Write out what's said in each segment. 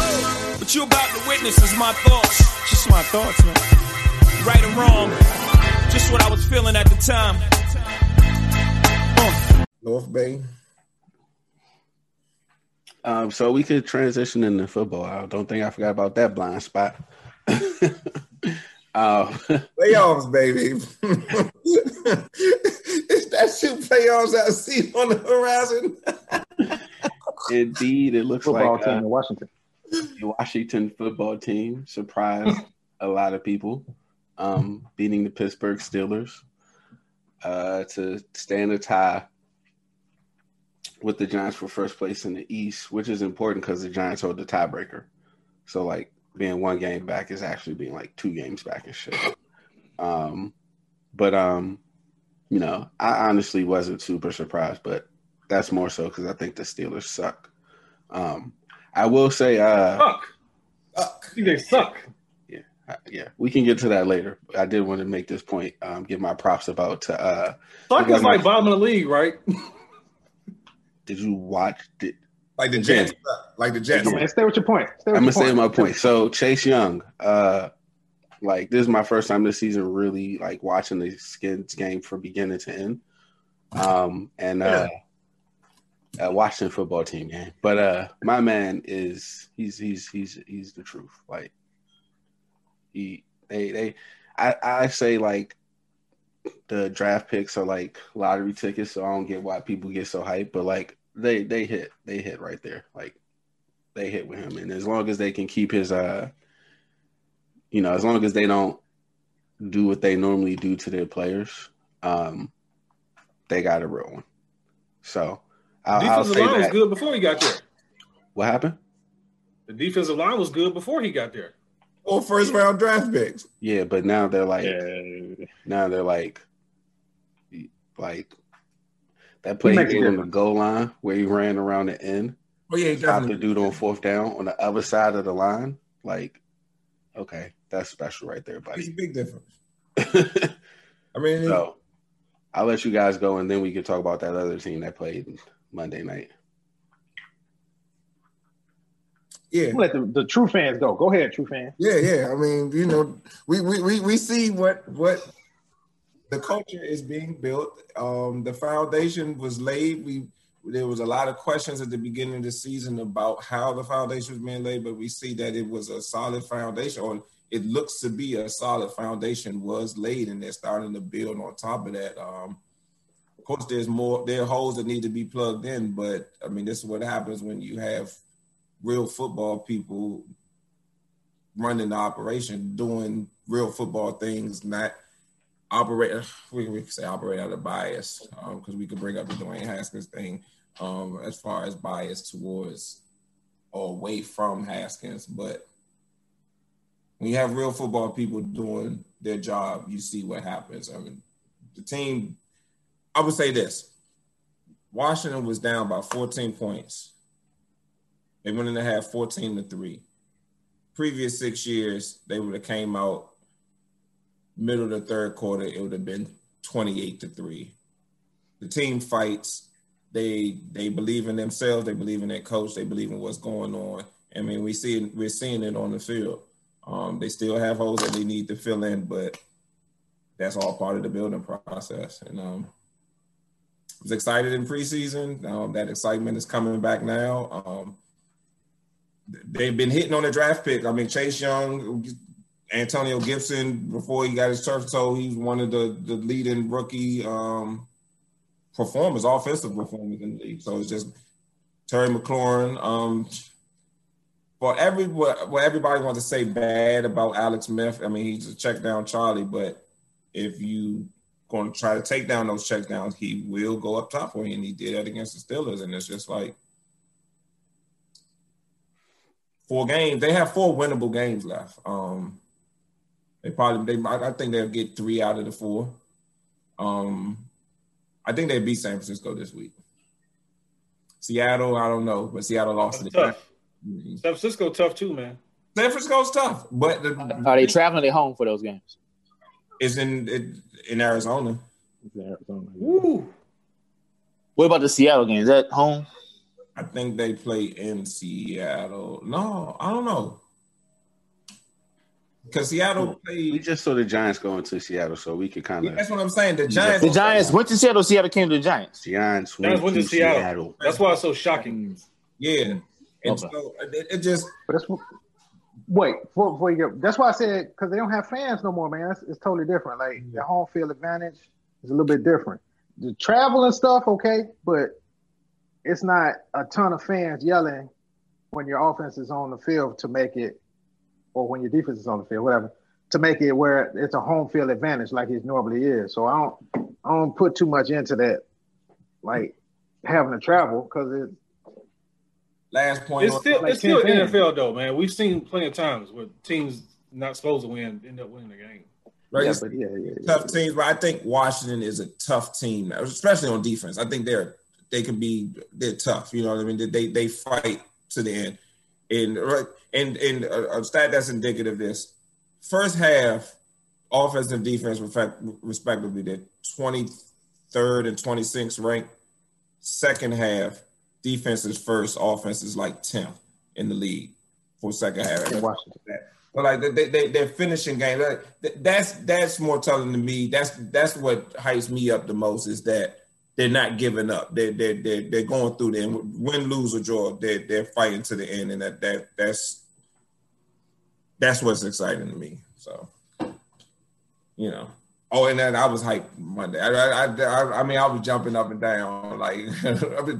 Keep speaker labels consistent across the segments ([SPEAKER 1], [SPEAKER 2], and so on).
[SPEAKER 1] What you about to witness is my thoughts.
[SPEAKER 2] Just my thoughts, man.
[SPEAKER 1] Right or wrong, just what I was feeling at the time. Uh.
[SPEAKER 3] North Bay.
[SPEAKER 4] Um, so we could transition into football. I don't think I forgot about that blind spot. Uh,
[SPEAKER 3] um, playoffs, baby. Is that shit playoffs I see on the horizon?
[SPEAKER 4] Indeed, it looks
[SPEAKER 2] football
[SPEAKER 4] like
[SPEAKER 2] team uh, in Washington.
[SPEAKER 4] The Washington football team surprised a lot of people, um, beating the Pittsburgh Steelers uh, to stand a tie with the Giants for first place in the East, which is important because the Giants hold the tiebreaker. So like being one game back is actually being like two games back and shit. Um, but um, you know, I honestly wasn't super surprised, but that's more so because I think the Steelers suck. Um, I will say, uh,
[SPEAKER 5] suck.
[SPEAKER 3] Fuck.
[SPEAKER 5] They suck.
[SPEAKER 4] Yeah, I- Uh, yeah, we can get to that later. I did want to make this point. Um, give my props about to. Uh,
[SPEAKER 5] Suck is like bottom of the league, right?
[SPEAKER 4] did you watch? Did,
[SPEAKER 3] Like the
[SPEAKER 4] Yeah.
[SPEAKER 3] Jets. Like the Jets.
[SPEAKER 2] Come on, stay with your point. Stay with
[SPEAKER 4] I'm gonna
[SPEAKER 2] your
[SPEAKER 4] say
[SPEAKER 2] point.
[SPEAKER 4] my point. So Chase Young, uh, like this is my first time this season really like watching the Skins game from beginning to end. Um, and uh, uh Washington football team game, but uh, my man is he's he's he's he's the truth. Like he they they I I say like the draft picks are like lottery tickets, so I don't get why people get so hyped, but like they they hit they hit right there like they hit with him. And as long as they can keep his uh you know, as long as they don't do what they normally do to their players, um they got a real one. So I'll, I'll
[SPEAKER 5] defensive
[SPEAKER 4] say
[SPEAKER 5] line was
[SPEAKER 4] that.
[SPEAKER 5] good before he got there.
[SPEAKER 4] What happened?
[SPEAKER 5] The defensive line was good before he got there.
[SPEAKER 3] Or first round draft picks.
[SPEAKER 4] Yeah, but now they're like
[SPEAKER 2] Yeah.
[SPEAKER 4] now they're like like that play he
[SPEAKER 2] makes a
[SPEAKER 4] did on the
[SPEAKER 2] difference.
[SPEAKER 4] goal line where he ran around the end,
[SPEAKER 3] Oh yeah,
[SPEAKER 4] stopped the
[SPEAKER 3] definitely.
[SPEAKER 4] dude on fourth down on the other side of the line. Like, okay, that's special right there,
[SPEAKER 3] It's a
[SPEAKER 4] buddy.
[SPEAKER 3] big difference. I mean,
[SPEAKER 4] So I'll let you guys go, and then we can talk about that other team that played Monday night.
[SPEAKER 3] yeah.
[SPEAKER 2] Let the, the true fans go. Go ahead, true fans.
[SPEAKER 3] Yeah, yeah. I mean, you know, we we we, we see what what the culture is being built. Um, the foundation was laid. We there was a lot of questions at the beginning of the season about how the foundation was being laid, but we see that it was a solid foundation, or it looks to be a solid foundation was laid, and they're starting to build on top of that. Um, of course, there's more there are holes that need to be plugged in, but I mean, this is what happens when you have real football people running the operation, doing real football things, not operate. We, we could say operate out of bias because we could bring up the Dwayne Haskins thing um, as far as bias towards or away from Haskins. But when you have real football people doing their job, you see what happens. I mean, the team. I would say this: Washington was down by 14 points. They went in the half 14 to three previous six years, they would have came out middle to third quarter, it would have been 28 to 3. The team fights. They they believe in themselves, they believe in their coach, they believe in what's going on. I mean, we see it, we're seeing it on the field. Um, they still have holes that they need to fill in, but that's all part of the building process. And um I was excited in preseason. Um, that excitement is coming back now. Um, they've been hitting on the draft pick. I mean, Chase Young, Antonio Gibson, before he got his turf toe, he's one of the, the leading rookie um, performers, offensive performers in the league. So it's just Terry McLaurin. Um, for every what what everybody wants to say bad about Alex Smith, I mean, he's a check down Charlie, but if you going to try to take down those check downs, he will go up top for you, and he did that against the Steelers, and it's just like four games. They have four winnable games left. Um, they probably they I I think they'll get three out of the four. Um, I think they beat San Francisco this week. Seattle, I don't know, but Seattle lost
[SPEAKER 5] That's
[SPEAKER 3] to
[SPEAKER 5] tough.
[SPEAKER 3] the-
[SPEAKER 5] San Francisco tough too, man.
[SPEAKER 3] San Francisco's tough, but the,
[SPEAKER 6] Mm-hmm. Are they traveling? Or they home for those games?
[SPEAKER 3] it's in it, in Arizona.
[SPEAKER 5] Woo.
[SPEAKER 6] What about the Seattle game? Is that home?
[SPEAKER 3] I think they play in Seattle. No, I don't know. because Seattle
[SPEAKER 4] We
[SPEAKER 3] played.
[SPEAKER 4] just saw the Giants going to Seattle, so we could kind
[SPEAKER 3] Yeah,
[SPEAKER 4] of
[SPEAKER 3] that's what I'm saying. The Giants.
[SPEAKER 6] The Giants went to Seattle. Seattle came to the Giants.
[SPEAKER 4] Giants
[SPEAKER 5] Giants
[SPEAKER 4] went, to Seattle.
[SPEAKER 5] That's why it's so shocking.
[SPEAKER 3] Yeah. And
[SPEAKER 6] Okay.
[SPEAKER 3] so it, it just
[SPEAKER 2] But that's wait before, before you go. That's why I said because they don't have fans no more, man. It's, it's totally different. Like the home field advantage is a little bit different. The travel and stuff, okay, but it's not a ton of fans yelling when your offense is on the field to make it, or when your defense is on the field, whatever, to make it where it's a home field advantage like it normally is. So I don't, I don't put too much into that, like having to travel because it.
[SPEAKER 3] last point.
[SPEAKER 5] It's
[SPEAKER 3] on-
[SPEAKER 5] still
[SPEAKER 2] like
[SPEAKER 5] it's still
[SPEAKER 2] 10.
[SPEAKER 5] NFL though, man. We've seen plenty of times where teams not supposed to win end up winning the game.
[SPEAKER 3] right,
[SPEAKER 2] Yeah,
[SPEAKER 3] it's
[SPEAKER 2] but yeah, yeah, yeah.
[SPEAKER 3] tough teams, but I think Washington is a tough team, especially on defense. I think they're they can be they're tough. You know what I mean? They they, they fight to the end. And right and and a, a stat that's indicative of this: first half, offense and defense reflect- respectively, they're twenty third and twenty sixth ranked. Second half, defense is first, offense is like tenth in the league for second half.
[SPEAKER 2] in Washington.
[SPEAKER 3] But like they- they, they they're finishing games. Like, th- that's that's more telling to me. That's that's what hypes me up the most is that they're not giving up. They they they they're going through them. Win, lose or draw, they they're fighting to the end, and that that that's that's what's exciting to me. So you know. Oh, and then I was hyped Monday. I, I, I, I mean, I was jumping up and down like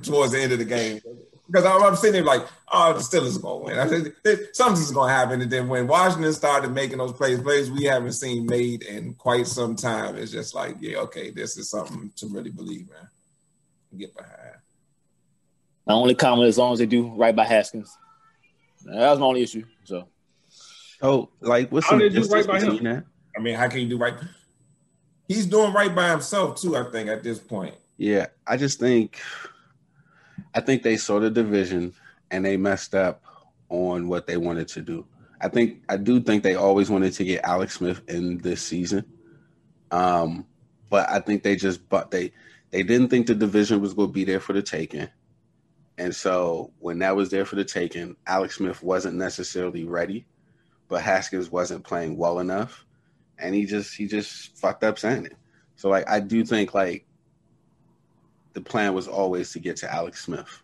[SPEAKER 3] towards the end of the game because I'm, I'm sitting there like, oh, the Steelers are gonna win. I said, "There- something's gonna happen. And then when Washington started making those plays, plays we haven't seen made in quite some time, it's just like, yeah, okay, this is something to really believe in. Get behind.
[SPEAKER 6] My only comment as long as they do right by Haskins. That was my only issue. So
[SPEAKER 4] Oh, like what's
[SPEAKER 5] How
[SPEAKER 4] the
[SPEAKER 5] did you
[SPEAKER 4] distance
[SPEAKER 5] right by him?
[SPEAKER 4] between that?
[SPEAKER 3] I mean, how can you do right? He's doing right by himself too. I think at this point,
[SPEAKER 4] Yeah, I just think I think they saw the division and they messed up on what they wanted to do. I think I do think they always wanted to get Alex Smith in this season. Um, but I think they just but they they didn't think the division was going to be there for the taking. And so when that was there for the taking, Alex Smith wasn't necessarily ready, but Haskins wasn't playing well enough and he just he just fucked up signing. So like I do think like the plan was always to get to Alex Smith.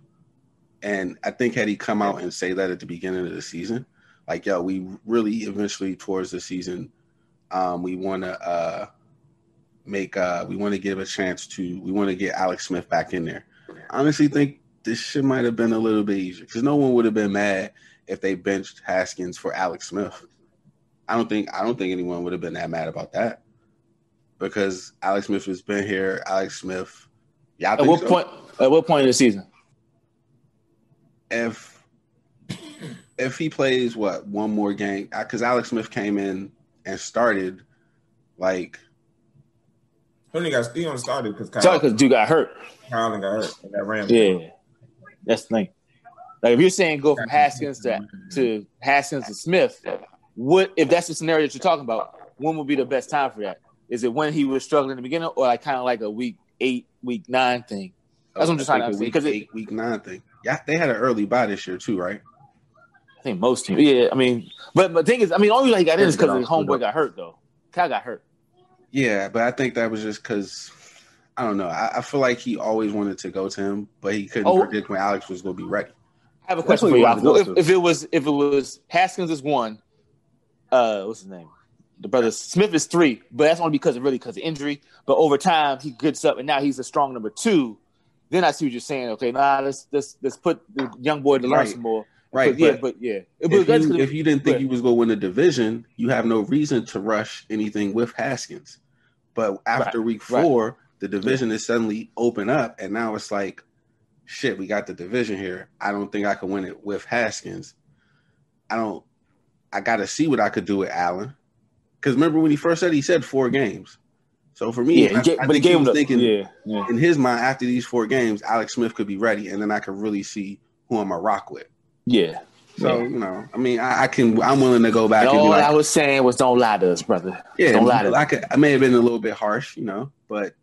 [SPEAKER 4] And I think had he come out and say that at the beginning of the season, like yo, we really eventually towards the season, um, we want to uh, make uh, we want to give a chance to we want to get Alex Smith back in there. I honestly think this shit might have been a little bit easier because no one would have been mad if they benched Haskins for Alex Smith. I don't think I don't think anyone would have been that mad about that because Alex Smith has been here. Alex Smith, yeah. I
[SPEAKER 6] at
[SPEAKER 4] think
[SPEAKER 6] what
[SPEAKER 4] so
[SPEAKER 6] point? At what point in the season?
[SPEAKER 4] if if he plays what one more game because Alex Smith came in and started like
[SPEAKER 3] he only got Steven started because
[SPEAKER 6] Sorry,
[SPEAKER 3] Kyle,
[SPEAKER 6] because dude got hurt.
[SPEAKER 3] Kyle got hurt and that Rams.
[SPEAKER 6] Yeah, that's the thing. Like if you're saying go from Haskins to to Haskins to Smith, what if that's the scenario that you're talking about? When would be the best time for that? Is it when he was struggling in the beginning, or like kind of like a week eight, week nine thing? That's what I'm just
[SPEAKER 4] I
[SPEAKER 6] trying
[SPEAKER 4] think a
[SPEAKER 6] to say,
[SPEAKER 4] week
[SPEAKER 6] 'cause it-
[SPEAKER 4] eight, week nine thing. Yeah, they had an early bye this year too, right?
[SPEAKER 6] I think most teams. Yeah, I mean, but but the thing is, I mean, only like he got in is because his homeboy got hurt though. Kyle got hurt.
[SPEAKER 4] Yeah, but I think that was just because I don't know. I, I feel like he always wanted to go to him, but he couldn't
[SPEAKER 6] Oh.
[SPEAKER 4] predict when Alex was going to be ready.
[SPEAKER 6] I have a
[SPEAKER 2] That's
[SPEAKER 6] question
[SPEAKER 2] what
[SPEAKER 6] for
[SPEAKER 2] we
[SPEAKER 6] you.
[SPEAKER 2] wanted to go
[SPEAKER 6] Alfred.
[SPEAKER 2] to.
[SPEAKER 6] If, if it was if it was Haskins is one, uh, what's his name? The brother Smith is three, but that's only because of really because of injury. But over time he gets up, and now he's a strong number two. Then I see what you're saying. Okay, nah, let's let's let's put the young boy to learn
[SPEAKER 4] Right.
[SPEAKER 6] some more.
[SPEAKER 4] Right,
[SPEAKER 6] but, yeah,
[SPEAKER 4] but-
[SPEAKER 6] but yeah, It- but
[SPEAKER 4] If
[SPEAKER 6] that's
[SPEAKER 4] you,
[SPEAKER 6] 'cause-
[SPEAKER 4] if you didn't think
[SPEAKER 6] but-
[SPEAKER 4] you was going to win the division, you have no reason to rush anything with Haskins. But after week
[SPEAKER 6] right.
[SPEAKER 4] four, the division is suddenly open up, and now it's like, shit, we got the division here. I don't think I can win it with Haskins. I don't. I got to see what I could do with Allen. Because remember when he first said he said four games. So for me,
[SPEAKER 6] yeah, he
[SPEAKER 4] I-
[SPEAKER 6] ga-
[SPEAKER 4] I
[SPEAKER 6] but he
[SPEAKER 4] think he
[SPEAKER 6] gave him
[SPEAKER 4] was
[SPEAKER 6] the
[SPEAKER 4] thinking
[SPEAKER 6] yeah, yeah.
[SPEAKER 4] in his mind after these four games, Alex Smith could be ready, and then I could really see who I'm a rock with.
[SPEAKER 6] yeah.
[SPEAKER 4] So you know, I mean, I, I can. I'm willing to go back
[SPEAKER 6] And
[SPEAKER 4] and be
[SPEAKER 6] all
[SPEAKER 4] like,
[SPEAKER 6] I was saying was don't lie to us, brother.
[SPEAKER 4] yeah,
[SPEAKER 6] don't lie to
[SPEAKER 4] I could. I may have been a little bit harsh, you know, but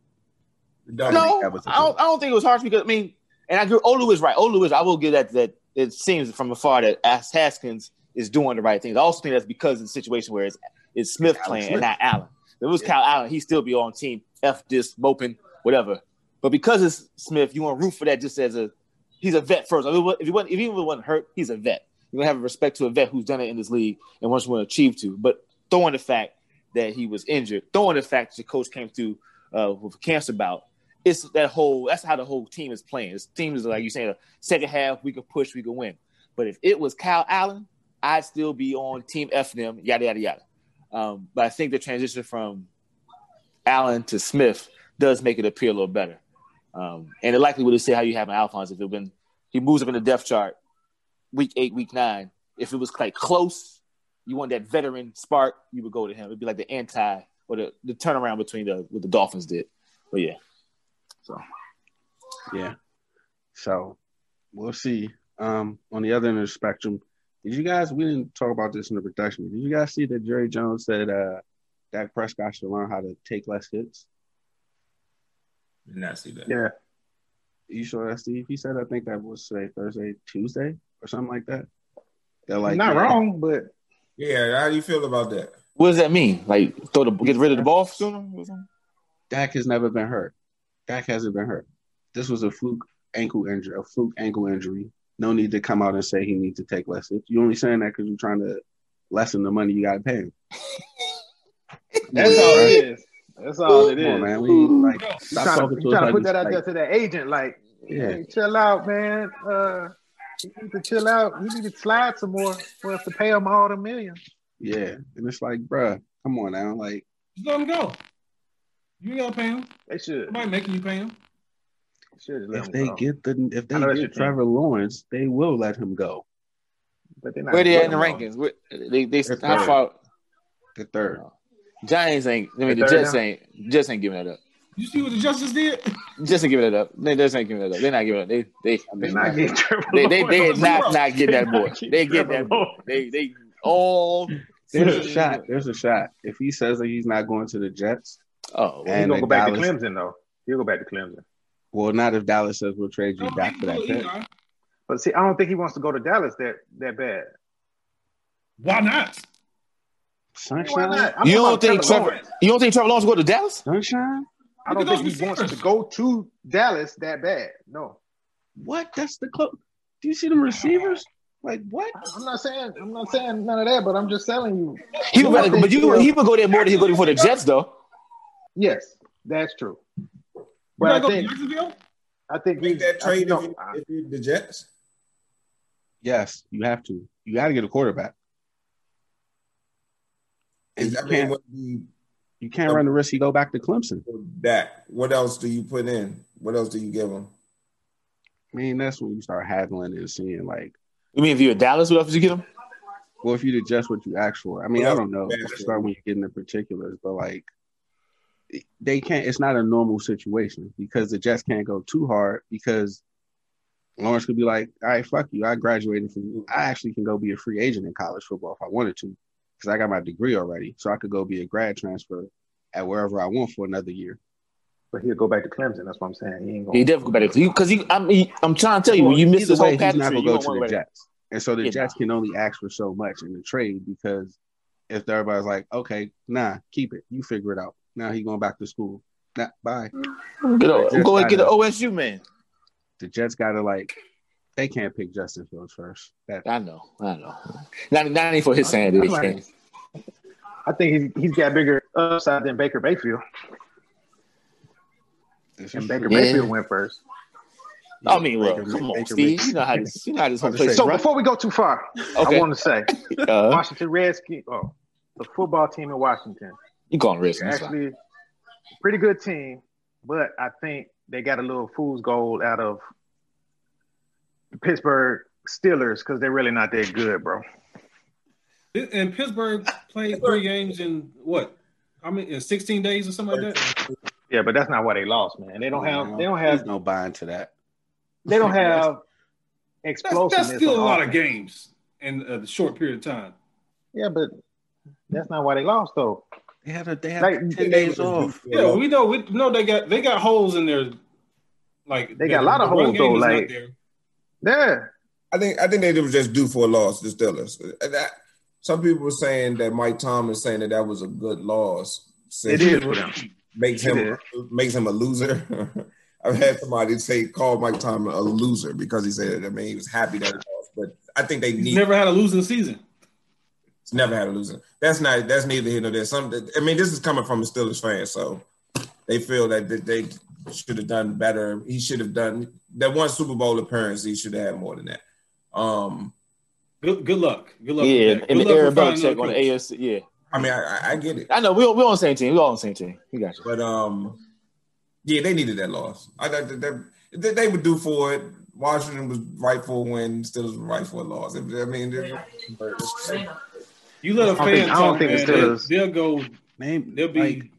[SPEAKER 3] Don't-
[SPEAKER 4] think
[SPEAKER 6] No, I
[SPEAKER 4] that was
[SPEAKER 6] don't,
[SPEAKER 4] the
[SPEAKER 6] I don't think it was harsh because I mean, and I agree. Olu is right. Olu is. I will give that that it seems from afar that As- Haskins is doing the right things. I also think that's because of the situation where it's, it's Smith
[SPEAKER 4] Alex
[SPEAKER 6] playing
[SPEAKER 4] Smith.
[SPEAKER 6] and not Allen. If it was
[SPEAKER 4] Yeah.
[SPEAKER 6] Kyle Allen, he'd still be on team F this moping, whatever. But because it's Smith, you want to root for that just as a he's a vet first. I mean, if he wasn't, if he wasn't hurt, he's a vet. You're gonna have respect to a vet who's done it in this league and wants to achieve to. But throwing the fact that he was injured, throwing the fact that the coach came through uh, with a cancer bout, it's that whole. That's how the whole team is playing. This team is like you saying, second half we can push, we can win. But if it was Kyle Allen, I'd still be on Team F them, yada yada yada. Um, but I think the transition from Allen to Smith does make it appear a little better. Um, and it likely would have said how you have an Alphonse if it been he moves up in the depth chart week eight, week nine. If it was like close, you want that veteran spark, you would go to him. It'd be like the anti or the, the turnaround between the what the Dolphins did. But yeah.
[SPEAKER 4] Yeah. So we'll see. Um, on the other end of the spectrum, did you guys? We didn't talk about this in the production. Did you guys see that Jerry Jones said uh, Dak Prescott should learn how to take less hits?
[SPEAKER 3] Did not see that.
[SPEAKER 2] Yeah.
[SPEAKER 4] You saw that, Steve? He said I think that was today, Thursday, Tuesday, or something like that. They're like
[SPEAKER 2] not
[SPEAKER 4] man,
[SPEAKER 2] wrong, but
[SPEAKER 3] Yeah, how do you feel about that?
[SPEAKER 6] What does that mean? Like throw the get rid of the ball sooner? or something?
[SPEAKER 4] Dak has never been hurt. Dak hasn't been hurt. This was a fluke ankle injury. A fluke ankle injury. No need to come out and say he needs to take less. hits. You only saying that because you're trying to lessen the money you got to pay him.
[SPEAKER 2] that's all it is. That's all it
[SPEAKER 4] Come on,
[SPEAKER 2] is.
[SPEAKER 4] man. We like
[SPEAKER 5] No.
[SPEAKER 2] You
[SPEAKER 4] stop
[SPEAKER 2] trying
[SPEAKER 4] talking
[SPEAKER 2] to,
[SPEAKER 4] to
[SPEAKER 2] you
[SPEAKER 4] us
[SPEAKER 2] trying to
[SPEAKER 4] like
[SPEAKER 2] put that
[SPEAKER 4] this,
[SPEAKER 2] out there
[SPEAKER 4] like-
[SPEAKER 2] to the agent, like,
[SPEAKER 4] Yeah.
[SPEAKER 2] hey, chill out, man. Uh, you need to chill out. You need to slide some more for us to pay them all the million.
[SPEAKER 4] yeah. And it's like, bruh, come on now. Like,
[SPEAKER 5] Just let him go. You ain't gotta pay him.
[SPEAKER 2] They should.
[SPEAKER 5] Somebody making you pay him.
[SPEAKER 2] should let
[SPEAKER 4] if
[SPEAKER 2] them
[SPEAKER 4] they
[SPEAKER 2] go.
[SPEAKER 4] get the if
[SPEAKER 2] I know
[SPEAKER 4] they
[SPEAKER 2] that's
[SPEAKER 4] get
[SPEAKER 2] your team.
[SPEAKER 4] Trevor Lawrence, they will let him go.
[SPEAKER 2] but they're not
[SPEAKER 6] Where they at in the
[SPEAKER 2] letting them
[SPEAKER 6] rankings? Where, they they
[SPEAKER 4] They're
[SPEAKER 6] how
[SPEAKER 4] third.
[SPEAKER 6] far
[SPEAKER 4] The third.
[SPEAKER 2] Oh.
[SPEAKER 6] Giants ain't I mean the
[SPEAKER 2] They're
[SPEAKER 6] Jets
[SPEAKER 2] down.
[SPEAKER 6] ain't Jets ain't giving it up.
[SPEAKER 5] You see what the justice did?
[SPEAKER 6] Jets ain't giving it up. They just ain't giving it up. They're not giving it up. They they
[SPEAKER 2] go. They're not getting Trevor
[SPEAKER 6] They they
[SPEAKER 2] Lawrence.
[SPEAKER 6] they not
[SPEAKER 5] Bro,
[SPEAKER 6] not get
[SPEAKER 2] they
[SPEAKER 6] that boy.
[SPEAKER 2] not get
[SPEAKER 6] They get
[SPEAKER 2] Trevor
[SPEAKER 6] that boy.
[SPEAKER 2] Lawrence.
[SPEAKER 6] They they all.
[SPEAKER 4] There's a
[SPEAKER 6] teams-
[SPEAKER 4] shot. There's a shot. If he says that he's not going to the Jets,
[SPEAKER 6] Oh,
[SPEAKER 4] And
[SPEAKER 2] He's gonna
[SPEAKER 4] the
[SPEAKER 2] go back to
[SPEAKER 4] Dallas-
[SPEAKER 2] Clemson though. He'll go back to Clemson.
[SPEAKER 4] well, not if Dallas says we'll trade you
[SPEAKER 5] Don't
[SPEAKER 4] back
[SPEAKER 5] make
[SPEAKER 4] for
[SPEAKER 5] Oh,
[SPEAKER 4] that
[SPEAKER 5] you do it
[SPEAKER 4] pick.
[SPEAKER 5] either.
[SPEAKER 2] But see, I don't think he wants to go to Dallas that that bad.
[SPEAKER 5] Why not?
[SPEAKER 2] Why
[SPEAKER 4] Sunshine?
[SPEAKER 2] not? I'm talking
[SPEAKER 6] you don't
[SPEAKER 2] about
[SPEAKER 6] think Trevor?
[SPEAKER 2] Lawrence.
[SPEAKER 6] You don't think Trevor Lawrence go to Dallas?
[SPEAKER 4] Sunshine?
[SPEAKER 2] I don't
[SPEAKER 5] Look at
[SPEAKER 2] think
[SPEAKER 5] those
[SPEAKER 2] he wants to
[SPEAKER 5] receivers.
[SPEAKER 2] go to Dallas that bad. No,
[SPEAKER 4] What? That's the close. Do you see them receivers? Like what?
[SPEAKER 2] I'm not saying I'm not saying none of that, but I'm just telling you.
[SPEAKER 6] He
[SPEAKER 2] You
[SPEAKER 6] would rather,
[SPEAKER 2] don't
[SPEAKER 6] but
[SPEAKER 2] think
[SPEAKER 6] you
[SPEAKER 2] he'll-
[SPEAKER 6] he would go there more than he go there for the Jets though.
[SPEAKER 2] Yes, that's true.
[SPEAKER 5] You
[SPEAKER 2] But I
[SPEAKER 5] gotta go to
[SPEAKER 2] think
[SPEAKER 5] Jacksonville?
[SPEAKER 2] I think
[SPEAKER 3] Make
[SPEAKER 2] he's
[SPEAKER 3] that
[SPEAKER 2] I,
[SPEAKER 3] trade
[SPEAKER 2] no,
[SPEAKER 3] if, you,
[SPEAKER 2] I-
[SPEAKER 3] if you the Jets.
[SPEAKER 4] Yes, you have to. You got to get a quarterback. And you
[SPEAKER 3] I mean,
[SPEAKER 4] can't,
[SPEAKER 3] what do you
[SPEAKER 4] you can't run the risk you go back to Clemson.
[SPEAKER 3] that? What else do you put in? What else do you give them?
[SPEAKER 4] I mean, that's when you start haggling and seeing like,
[SPEAKER 6] You mean if you're at Dallas, what else you get him?
[SPEAKER 4] well, if you adjust what you ask for. I mean, I don't know.
[SPEAKER 3] Yeah.
[SPEAKER 4] It's start when you get into particulars, but like, they can't. It's not a normal situation because the Jets can't go too hard because Lawrence could be like, all right, fuck you. I graduated from. I actually can go be a free agent in college football if I wanted to because I got my degree already, so I could go be a grad transfer at wherever I want for another year.
[SPEAKER 2] but he'll go back to Clemson. That's what I'm saying. He ain't
[SPEAKER 6] He
[SPEAKER 2] going.
[SPEAKER 6] definitely better because he. I'm he, I'm trying to tell you when you
[SPEAKER 4] Well,
[SPEAKER 6] miss
[SPEAKER 4] either
[SPEAKER 6] this whole
[SPEAKER 4] way, he's not
[SPEAKER 6] package,
[SPEAKER 4] gonna
[SPEAKER 6] you
[SPEAKER 4] go
[SPEAKER 6] don't
[SPEAKER 4] to the
[SPEAKER 6] want to.
[SPEAKER 4] Jets, and so the
[SPEAKER 6] Yeah.
[SPEAKER 4] Jets can only ask for so much in the trade because if everybody's like, okay, nah, keep it, you figure it out. Now he going back to school. Nah, bye.
[SPEAKER 6] Get a,
[SPEAKER 4] Jets
[SPEAKER 6] go and get an
[SPEAKER 4] gotta-
[SPEAKER 6] OSU man.
[SPEAKER 4] The Jets got to like, they can't pick Justin Fields first. That
[SPEAKER 6] I know, I know. Not not even for his sanity.
[SPEAKER 2] I'm like- I think he's he's got bigger upside than Baker Mayfield,
[SPEAKER 4] this
[SPEAKER 2] and
[SPEAKER 4] is
[SPEAKER 2] Baker
[SPEAKER 4] true.
[SPEAKER 6] Yeah.
[SPEAKER 2] Mayfield went first.
[SPEAKER 6] I mean, well,
[SPEAKER 4] Baker-
[SPEAKER 6] come on,
[SPEAKER 4] Baker-
[SPEAKER 6] Steve. You know how this. You know how this whole
[SPEAKER 4] About to
[SPEAKER 6] place.
[SPEAKER 4] say,
[SPEAKER 2] So
[SPEAKER 4] Right.
[SPEAKER 2] before we go too far, I
[SPEAKER 6] Okay,
[SPEAKER 2] want to say
[SPEAKER 6] uh,
[SPEAKER 2] Washington Redskins. Oh, the football team in Washington.
[SPEAKER 6] you going risk?
[SPEAKER 2] They're
[SPEAKER 6] that's fine.
[SPEAKER 2] actually a pretty good team, but I think they got a little fool's gold out of the Pittsburgh Steelers because they're really not that good, bro.
[SPEAKER 5] And Pittsburgh played three games in what? I mean, in 16 days or something like that.
[SPEAKER 2] Yeah, but that's not why they lost, man. They don't have they don't
[SPEAKER 4] There's
[SPEAKER 2] have
[SPEAKER 4] no buying to that.
[SPEAKER 2] they don't have
[SPEAKER 5] That's,
[SPEAKER 2] explosiveness.
[SPEAKER 5] that's still a
[SPEAKER 2] on
[SPEAKER 5] lot of
[SPEAKER 2] offense.
[SPEAKER 5] games in a short period of time.
[SPEAKER 2] Yeah, but that's not why they lost though.
[SPEAKER 4] They had a they had
[SPEAKER 2] Like,
[SPEAKER 4] ten days off.
[SPEAKER 5] Yeah, we know. We know they got they got holes in their like
[SPEAKER 2] They got a
[SPEAKER 5] their-
[SPEAKER 2] lot of
[SPEAKER 5] the run
[SPEAKER 2] holes,
[SPEAKER 5] game
[SPEAKER 2] though,
[SPEAKER 5] is not
[SPEAKER 2] like-
[SPEAKER 5] there.
[SPEAKER 2] Yeah,
[SPEAKER 3] I think I think they was just due for a loss, the Steelers. And that, some people were saying that Mike Thomas saying that that was a good loss.
[SPEAKER 7] It is for them.
[SPEAKER 3] makes
[SPEAKER 7] It
[SPEAKER 3] him makes him a loser. I've had somebody say call Mike Tomlin a loser because he said it. I mean, he was happy that he lost, but I think they
[SPEAKER 5] He's
[SPEAKER 3] need never,
[SPEAKER 5] never had a losing season.
[SPEAKER 3] never had a loser. That's not that's neither here nor there. Some I mean, this is coming from a Steelers fan, so they feel that th- they should have done better. He should have done that one Super Bowl appearance. He should have had more than that. Um,
[SPEAKER 5] Good, good luck. Good luck.
[SPEAKER 6] Yeah,
[SPEAKER 5] with that.
[SPEAKER 6] and
[SPEAKER 5] Good
[SPEAKER 6] the Aaron
[SPEAKER 5] luck with finding
[SPEAKER 6] Belichick on the
[SPEAKER 5] another coach.
[SPEAKER 6] AFC. Yeah,
[SPEAKER 3] I mean, I, I- I get it.
[SPEAKER 6] I know. We all- we all on the same team. We all on the same team. We got you.
[SPEAKER 3] But um, yeah, they needed that loss. I thought that that- that they would do for it. Washington was right for a win. Steelers were right for a loss. I mean, they're-
[SPEAKER 5] You let a
[SPEAKER 7] I don't think-
[SPEAKER 5] fan
[SPEAKER 7] I don't
[SPEAKER 5] talk,
[SPEAKER 7] think
[SPEAKER 5] man.
[SPEAKER 7] the
[SPEAKER 5] They'll,
[SPEAKER 7] Steelers-
[SPEAKER 5] they'll go.
[SPEAKER 4] Name
[SPEAKER 5] They'll be
[SPEAKER 4] like,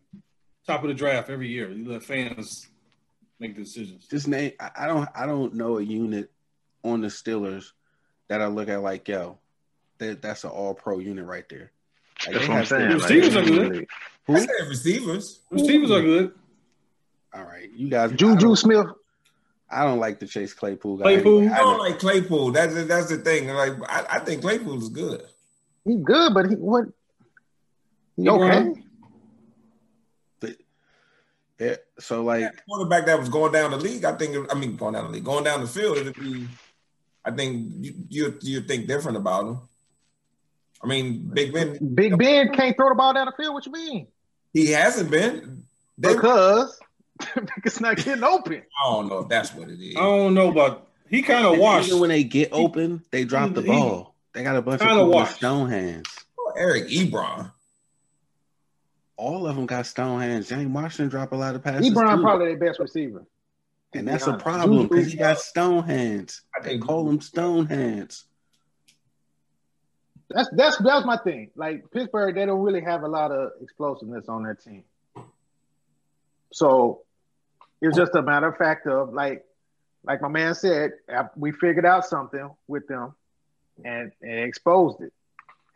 [SPEAKER 5] top of the draft every year. You let fans make the decisions.
[SPEAKER 4] just name. I, I don't. I don't know a unit on the Steelers that I look at like yo. That that's an All Pro unit right there. Like,
[SPEAKER 7] That's
[SPEAKER 4] they
[SPEAKER 7] what I'm
[SPEAKER 4] have
[SPEAKER 7] saying.
[SPEAKER 4] Steelers-
[SPEAKER 7] Like,
[SPEAKER 5] Steelers are good.
[SPEAKER 3] I said receivers.
[SPEAKER 5] Receivers are good.
[SPEAKER 4] All right, you guys. I
[SPEAKER 2] Juju
[SPEAKER 4] don't,
[SPEAKER 2] Smith.
[SPEAKER 4] I don't like the Chase Claypool guy.
[SPEAKER 5] Claypool?
[SPEAKER 4] anyway.
[SPEAKER 3] I
[SPEAKER 4] I
[SPEAKER 3] don't
[SPEAKER 4] don't-
[SPEAKER 3] like Claypool. That's the- that's the thing. Like I, I think Claypool is good.
[SPEAKER 2] He's good, but he what? He okay.
[SPEAKER 4] they're- so like
[SPEAKER 3] Quarterback that was going down the league. I think. it- I mean, going down the league, going down the field. It'd be. I think you you you think different about him. I mean, Big Ben.
[SPEAKER 2] Big Ben can't throw the ball down the field. What you mean?
[SPEAKER 3] He hasn't been. They, I
[SPEAKER 2] Because it's not getting open.
[SPEAKER 3] don't know if that's what it is.
[SPEAKER 5] I don't know about. He kind of washed.
[SPEAKER 4] even when they get open, they drop the
[SPEAKER 5] he-
[SPEAKER 4] ball. They got a bunch of
[SPEAKER 5] kinda
[SPEAKER 4] people with
[SPEAKER 5] washed.
[SPEAKER 4] stone hands.
[SPEAKER 3] Oh, Eric Ebron.
[SPEAKER 4] all of them got stone hands. James Washington dropped a lot of passes.
[SPEAKER 2] Ebron
[SPEAKER 4] too.
[SPEAKER 2] probably their best receiver.
[SPEAKER 4] and that's
[SPEAKER 2] to
[SPEAKER 4] a
[SPEAKER 2] be honest.
[SPEAKER 4] problem because he
[SPEAKER 3] Juju-
[SPEAKER 4] got stone hands.
[SPEAKER 3] I
[SPEAKER 4] They
[SPEAKER 3] think
[SPEAKER 4] call him stone hands.
[SPEAKER 2] That's that's that's my thing. Like Pittsburgh, they don't really have a lot of explosiveness on their team. So it's just a matter of fact of like, like my man said, I- we figured out something with them, and and exposed it.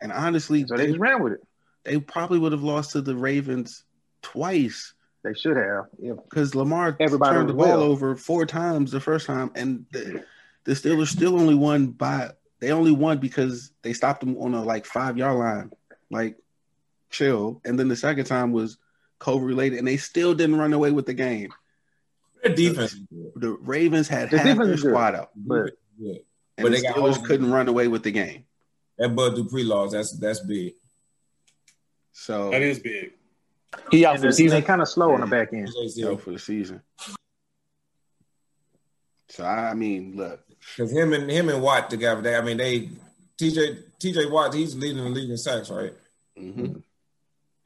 [SPEAKER 4] And honestly,
[SPEAKER 2] So they
[SPEAKER 4] they,
[SPEAKER 2] just ran with it.
[SPEAKER 4] they probably would have lost to the Ravens twice
[SPEAKER 2] They should have. If
[SPEAKER 4] because Lamar
[SPEAKER 2] Everybody
[SPEAKER 4] turned the
[SPEAKER 2] was
[SPEAKER 4] ball
[SPEAKER 2] well.
[SPEAKER 4] over four times the first time, and the, the Steelers still only won by they only won because they stopped them on a like five yard line, like chill. And then the second time was COVID related, and they still didn't run away with the game.
[SPEAKER 3] Their defense is good.
[SPEAKER 4] the Ravens had
[SPEAKER 2] The
[SPEAKER 4] half
[SPEAKER 2] defense
[SPEAKER 4] their
[SPEAKER 2] is good.
[SPEAKER 4] squad out,
[SPEAKER 2] but
[SPEAKER 3] Yeah. But
[SPEAKER 4] and the
[SPEAKER 3] they got
[SPEAKER 4] Steelers
[SPEAKER 3] all-
[SPEAKER 4] couldn't run away with the game.
[SPEAKER 3] That Bud Dupree laws, that's that's big.
[SPEAKER 4] So
[SPEAKER 6] Oh.
[SPEAKER 5] That is big.
[SPEAKER 6] He out
[SPEAKER 2] and
[SPEAKER 6] for the
[SPEAKER 2] they- they
[SPEAKER 6] season.
[SPEAKER 2] kind of slow on the back end.
[SPEAKER 4] out
[SPEAKER 3] Because
[SPEAKER 4] for the season. So I mean, look,
[SPEAKER 3] him and him and Watt together, they I mean they TJ TJ Watt, he's leading the league in sacks, right?
[SPEAKER 4] mhm.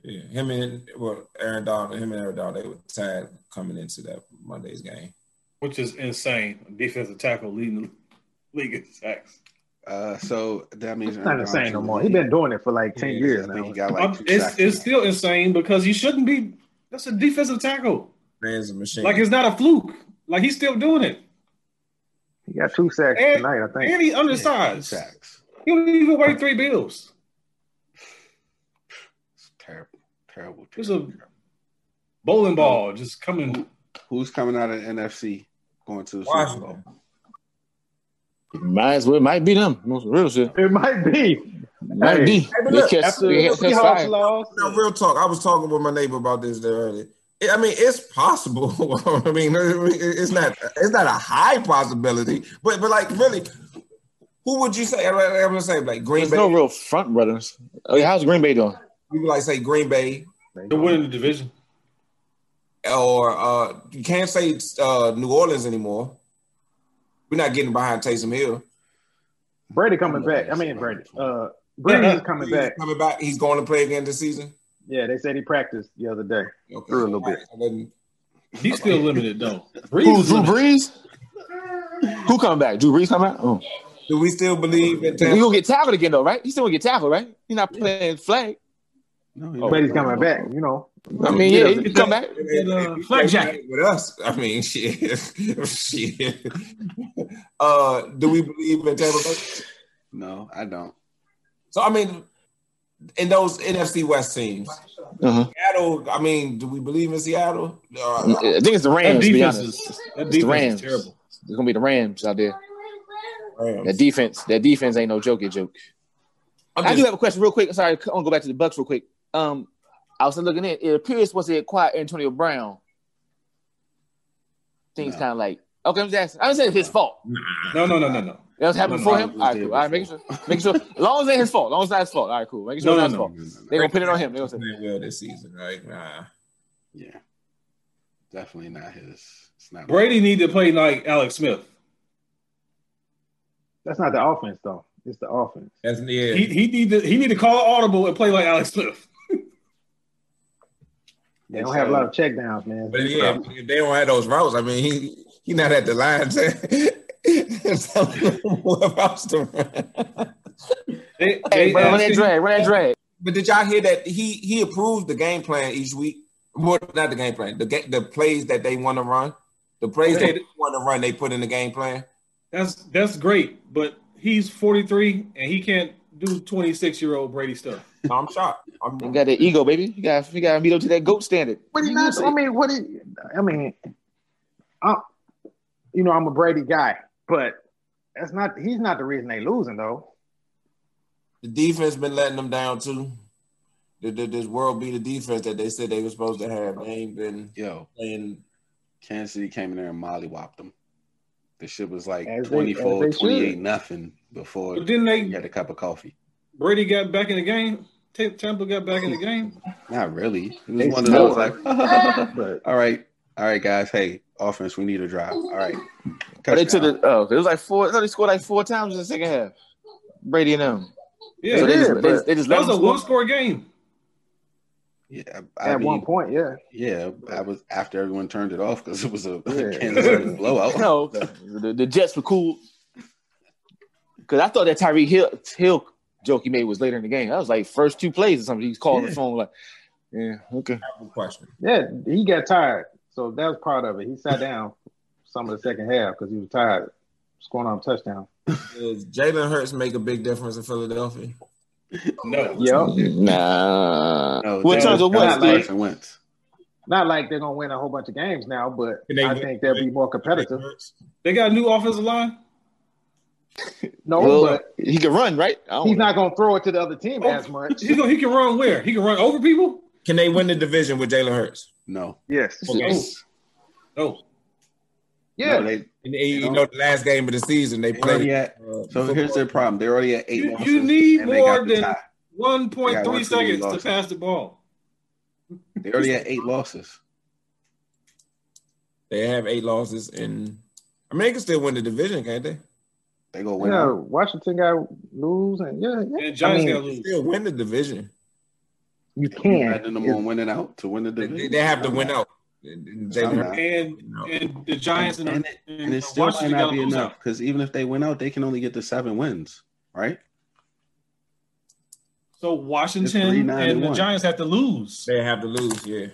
[SPEAKER 3] Yeah. Him and well Aaron Donald, him and Aaron Donald, they were tied coming into that Monday's game.
[SPEAKER 5] which is insane. Defensive tackle leading the league in sacks.
[SPEAKER 4] uh, so that means
[SPEAKER 2] It's not the same no more. He's been doing it for like ten
[SPEAKER 4] Yeah,
[SPEAKER 2] years
[SPEAKER 4] I think
[SPEAKER 2] now.
[SPEAKER 4] He got
[SPEAKER 5] Um,
[SPEAKER 4] like two
[SPEAKER 5] it's
[SPEAKER 4] sacks
[SPEAKER 5] it's
[SPEAKER 4] now.
[SPEAKER 5] still insane because he shouldn't be. That's a defensive tackle.
[SPEAKER 3] Man's a machine.
[SPEAKER 5] Like it's not a fluke. Like he's still doing it,
[SPEAKER 2] He got two sacks
[SPEAKER 5] And-
[SPEAKER 2] tonight, I think.
[SPEAKER 5] and he's
[SPEAKER 4] Yeah, two
[SPEAKER 5] undersized.
[SPEAKER 4] sacks.
[SPEAKER 5] He don't even weigh three bills.
[SPEAKER 4] It's terrible, terrible.
[SPEAKER 5] It's
[SPEAKER 4] terrible,
[SPEAKER 5] a-
[SPEAKER 4] terrible.
[SPEAKER 5] Bowling ball just coming.
[SPEAKER 4] Who's coming out of the NFC going to the Super Bowl?
[SPEAKER 3] Washington.
[SPEAKER 6] Might as well. Might be them. Most real shit.
[SPEAKER 2] It might be.
[SPEAKER 6] Might
[SPEAKER 2] Hey,
[SPEAKER 6] be.
[SPEAKER 3] but
[SPEAKER 6] They
[SPEAKER 3] look,
[SPEAKER 6] catch.
[SPEAKER 2] After
[SPEAKER 6] They
[SPEAKER 2] the
[SPEAKER 6] catch
[SPEAKER 2] Seahawks
[SPEAKER 6] fire.
[SPEAKER 2] lost,
[SPEAKER 3] No, real talk. I was talking with my neighbor about this there earlier. I mean, it's possible. I mean, it's not it's not a high possibility, but but like really, who would you say? I'm gonna say like Green
[SPEAKER 6] There's
[SPEAKER 3] Bay.
[SPEAKER 6] no real front runners. Oh, How's Green Bay doing?
[SPEAKER 3] you would like say Green Bay,
[SPEAKER 5] They're winning the division.
[SPEAKER 3] or uh, you can't say uh, New Orleans anymore. We're not getting behind Taysom Hill.
[SPEAKER 2] Brady coming back. I mean Brady. Uh Breeze is coming
[SPEAKER 3] He's
[SPEAKER 2] back.
[SPEAKER 3] coming back. He's going to play again this season.
[SPEAKER 2] Yeah, they said he practiced the other day.
[SPEAKER 3] Okay.
[SPEAKER 2] Threw a little bit.
[SPEAKER 3] All right.
[SPEAKER 5] He's still limited though.
[SPEAKER 6] Who?
[SPEAKER 5] Breeze is
[SPEAKER 6] Drew
[SPEAKER 5] limited.
[SPEAKER 6] Brees? Who come back? Drew Brees come back? Oh.
[SPEAKER 3] Do we still believe in
[SPEAKER 6] He
[SPEAKER 3] Tampa?
[SPEAKER 6] gonna get tackled again though, right? He still gonna get tackled, right? He's not playing flag.
[SPEAKER 4] No, he-
[SPEAKER 2] Brady's Oh, coming back, you know.
[SPEAKER 6] I mean, yeah, he can come back.
[SPEAKER 5] Get, uh,
[SPEAKER 3] If he
[SPEAKER 5] flak
[SPEAKER 3] plays
[SPEAKER 5] jacket.
[SPEAKER 3] with us. I mean, shit, shit. Uh, do we believe in Tampa Bay?
[SPEAKER 4] no, I don't.
[SPEAKER 3] So I mean, in those NFC West teams,
[SPEAKER 6] Uh-huh.
[SPEAKER 3] Seattle. I mean, do we believe in Seattle? Uh,
[SPEAKER 6] I think it's the
[SPEAKER 5] That
[SPEAKER 6] Rams. To be
[SPEAKER 5] defense
[SPEAKER 6] honest,
[SPEAKER 5] is that
[SPEAKER 6] it's the
[SPEAKER 5] defense is
[SPEAKER 6] Rams.
[SPEAKER 5] terrible.
[SPEAKER 6] It's gonna be the Rams out there. That defense, that defense ain't no jokey joke.
[SPEAKER 3] I'm
[SPEAKER 6] I do
[SPEAKER 3] just-
[SPEAKER 6] have a question real quick. Sorry, I want to go back to the Bucks real quick. Um, I was looking in. It appears once they acquired Antonio Brown, things
[SPEAKER 4] No.
[SPEAKER 6] kind of like okay. I'm just asking. I'm just saying it's his fault.
[SPEAKER 5] No, no, no, no, no.
[SPEAKER 6] That was happening
[SPEAKER 5] No,
[SPEAKER 6] for
[SPEAKER 4] no,
[SPEAKER 6] him.
[SPEAKER 4] it
[SPEAKER 6] All
[SPEAKER 4] was
[SPEAKER 6] right,
[SPEAKER 4] there
[SPEAKER 6] cool. All right, making sure, making sure. As long as it ain't his fault. As long as it's not his fault. All right, cool. Making sure
[SPEAKER 5] No,
[SPEAKER 6] it's
[SPEAKER 5] no,
[SPEAKER 6] not
[SPEAKER 5] no.
[SPEAKER 6] his fault. They gonna put it on him. They gonna say,
[SPEAKER 3] playing well this season. Like, nah.
[SPEAKER 4] Yeah, definitely not his. It's not
[SPEAKER 5] Brady need to play like Alex Smith.
[SPEAKER 2] That's not the offense though. It's the offense.
[SPEAKER 3] That's yeah.
[SPEAKER 5] He he need to he need to call audible and play like Alex Smith.
[SPEAKER 2] They don't have
[SPEAKER 4] uh,
[SPEAKER 2] a lot of checkdowns, man.
[SPEAKER 3] but yeah, if they don't have those routes, I mean, he he not at the line. to- Tell him what routes to run.
[SPEAKER 5] They,
[SPEAKER 6] "Hey,
[SPEAKER 5] they
[SPEAKER 6] bro, run
[SPEAKER 5] asked
[SPEAKER 6] that
[SPEAKER 5] him-
[SPEAKER 6] drag. Run that drag."
[SPEAKER 3] But did y'all hear that he he approved the game plan each week? More not the game plan, the ga- the plays that they want to run, the plays
[SPEAKER 5] Okay.
[SPEAKER 3] that they want to run, they put in the game plan.
[SPEAKER 5] That's that's great, but he's 43 and he can't do 26 year old Brady stuff.
[SPEAKER 3] No, I'm shocked. I'm,
[SPEAKER 6] You got that ego, baby. You got you got to meet up to that goat standard.
[SPEAKER 2] But he
[SPEAKER 6] You
[SPEAKER 2] not.
[SPEAKER 6] say-
[SPEAKER 2] I mean, what? He, I mean, I, you know, I'm a Brady guy, but that's not. He's not the reason they losing though.
[SPEAKER 3] the defense been letting them down too. The, the, this world be the defense that they said they were supposed to have. They ain't been
[SPEAKER 4] Yo,
[SPEAKER 3] playing.
[SPEAKER 4] Kansas City came in there and mollywopped them. The shit was like
[SPEAKER 2] As they-
[SPEAKER 4] 24,
[SPEAKER 2] as they should.
[SPEAKER 4] 28, nothing before
[SPEAKER 5] But then
[SPEAKER 4] you
[SPEAKER 5] they
[SPEAKER 4] had a cup of coffee.
[SPEAKER 5] Brady got back in the game. T- Tampa got back in the game.
[SPEAKER 4] Not really. It was
[SPEAKER 2] They
[SPEAKER 4] one of those like,
[SPEAKER 2] scored.
[SPEAKER 4] all right, all right, guys. Hey, offense, we need a drive. All right.
[SPEAKER 6] Oh, they took
[SPEAKER 4] Touchdown.
[SPEAKER 6] the. Oh, it was like four. No, they scored like four times in the second half. Brady and them.
[SPEAKER 5] Yeah,
[SPEAKER 6] so they
[SPEAKER 5] that
[SPEAKER 6] just,
[SPEAKER 2] Yeah,
[SPEAKER 6] they
[SPEAKER 2] but-
[SPEAKER 6] just, they just let
[SPEAKER 5] was
[SPEAKER 6] them
[SPEAKER 5] a
[SPEAKER 6] score.
[SPEAKER 5] one score game.
[SPEAKER 4] yeah, I
[SPEAKER 2] At
[SPEAKER 4] mean,
[SPEAKER 2] one point, yeah.
[SPEAKER 4] yeah, I was after everyone turned it off because it was a
[SPEAKER 2] Yeah.
[SPEAKER 4] Kansas City blowout.
[SPEAKER 6] No, the, the Jets were cool. Because I thought that Tyreek Hill, Hill joke he made was later in the game. That was like first two plays or something. He's calling the phone like, yeah, okay.
[SPEAKER 3] I have a question.
[SPEAKER 2] Yeah, he got tired, so that was part of it. He sat down some of the second half because he was tired, scoring on a touchdown.
[SPEAKER 3] Does Jalen Hurts make a big difference in Philadelphia?
[SPEAKER 5] No,
[SPEAKER 2] Yep.
[SPEAKER 6] Nah.
[SPEAKER 4] No,
[SPEAKER 6] well, in
[SPEAKER 4] that
[SPEAKER 6] terms
[SPEAKER 4] was
[SPEAKER 6] of what?
[SPEAKER 4] Carson
[SPEAKER 2] like-
[SPEAKER 4] Wentz and Wentz.
[SPEAKER 2] Not like they're gonna win a whole bunch of games now, but
[SPEAKER 3] Can they
[SPEAKER 2] I
[SPEAKER 3] win?
[SPEAKER 2] think they'll be more competitive.
[SPEAKER 3] Hurts?
[SPEAKER 5] they got a new offensive line.
[SPEAKER 2] No,
[SPEAKER 6] Well,
[SPEAKER 2] but
[SPEAKER 6] he can run, right? I don't
[SPEAKER 2] he's
[SPEAKER 6] know.
[SPEAKER 2] not gonna throw it to the other team
[SPEAKER 5] Oh,
[SPEAKER 2] as much.
[SPEAKER 5] He's gonna, he can run where? He can run over people?
[SPEAKER 3] Can they win the division with Jalen Hurts?
[SPEAKER 4] No.
[SPEAKER 2] Yes.
[SPEAKER 6] Yes.
[SPEAKER 5] No.
[SPEAKER 2] Yeah.
[SPEAKER 4] No, they,
[SPEAKER 3] And, and you know, the last game of the season they
[SPEAKER 4] they already
[SPEAKER 3] played.
[SPEAKER 4] at,
[SPEAKER 3] uh,
[SPEAKER 4] so here's their problem. They're already at eight
[SPEAKER 5] You- you
[SPEAKER 4] losses,
[SPEAKER 5] need
[SPEAKER 4] and they got
[SPEAKER 5] more
[SPEAKER 4] the
[SPEAKER 5] than-
[SPEAKER 4] tie.
[SPEAKER 5] 1.3
[SPEAKER 4] one
[SPEAKER 5] seconds to
[SPEAKER 4] losses.
[SPEAKER 5] pass the ball.
[SPEAKER 4] They already had eight losses.
[SPEAKER 3] They have eight losses, and I mean, they can still win the division, can't they?
[SPEAKER 4] They go win.
[SPEAKER 2] Yeah,
[SPEAKER 4] out.
[SPEAKER 2] Washington got lose, and yeah, yeah.
[SPEAKER 5] And Giants
[SPEAKER 2] I mean,
[SPEAKER 5] gotta
[SPEAKER 3] They
[SPEAKER 5] lose.
[SPEAKER 3] still win the division.
[SPEAKER 2] you
[SPEAKER 4] You
[SPEAKER 2] can.
[SPEAKER 4] betting them
[SPEAKER 2] It's-
[SPEAKER 4] on winning out to win the
[SPEAKER 3] They,
[SPEAKER 4] division.
[SPEAKER 3] they have to win out. And Jalen
[SPEAKER 4] Somehow.
[SPEAKER 3] Hurts-
[SPEAKER 5] And and the Giants and,
[SPEAKER 4] And
[SPEAKER 5] the,
[SPEAKER 4] And it still might
[SPEAKER 5] Washington
[SPEAKER 4] not
[SPEAKER 5] gotta
[SPEAKER 4] be
[SPEAKER 5] lose
[SPEAKER 4] enough
[SPEAKER 5] out.
[SPEAKER 4] because even if they win out, they can only get to seven wins, right?
[SPEAKER 5] So
[SPEAKER 4] three,
[SPEAKER 5] Washington
[SPEAKER 4] nine,
[SPEAKER 5] and
[SPEAKER 4] and
[SPEAKER 5] the
[SPEAKER 4] one.
[SPEAKER 5] Giants have to lose.
[SPEAKER 3] They have to lose, yeah.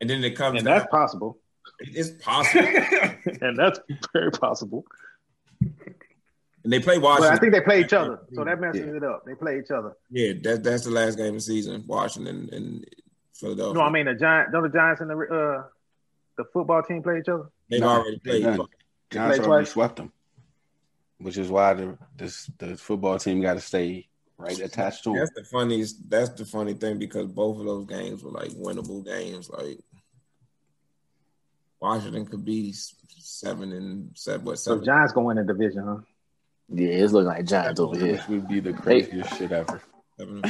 [SPEAKER 3] And then it comes.
[SPEAKER 2] and
[SPEAKER 3] down-
[SPEAKER 2] that's possible.
[SPEAKER 3] it's possible.
[SPEAKER 2] And that's very possible.
[SPEAKER 3] and they play
[SPEAKER 2] But I
[SPEAKER 3] Washington.
[SPEAKER 2] think they play each other, so that messes it up. They play each other.
[SPEAKER 3] yeah, that, that's the last game of the season. Washington and Philadelphia.
[SPEAKER 2] No, I mean the Giant. Don't the Giants and the uh, the football team play each other?
[SPEAKER 3] they've
[SPEAKER 4] No,
[SPEAKER 3] already
[SPEAKER 4] they
[SPEAKER 3] played.
[SPEAKER 4] done.
[SPEAKER 2] They
[SPEAKER 4] Giants
[SPEAKER 2] play
[SPEAKER 4] already
[SPEAKER 2] twice.
[SPEAKER 4] swept them, which is why the this the football team got to stay right attached to them.
[SPEAKER 3] That's the funniest. That's the funny thing because both of those games were like winnable games. Like Washington could be s- seven and seven. What
[SPEAKER 2] So
[SPEAKER 3] seven?
[SPEAKER 2] Giants gonna win the division, huh?
[SPEAKER 6] Yeah, it's looking like Giants over
[SPEAKER 4] Which
[SPEAKER 6] here.
[SPEAKER 4] would be the craziest shit ever.
[SPEAKER 3] seven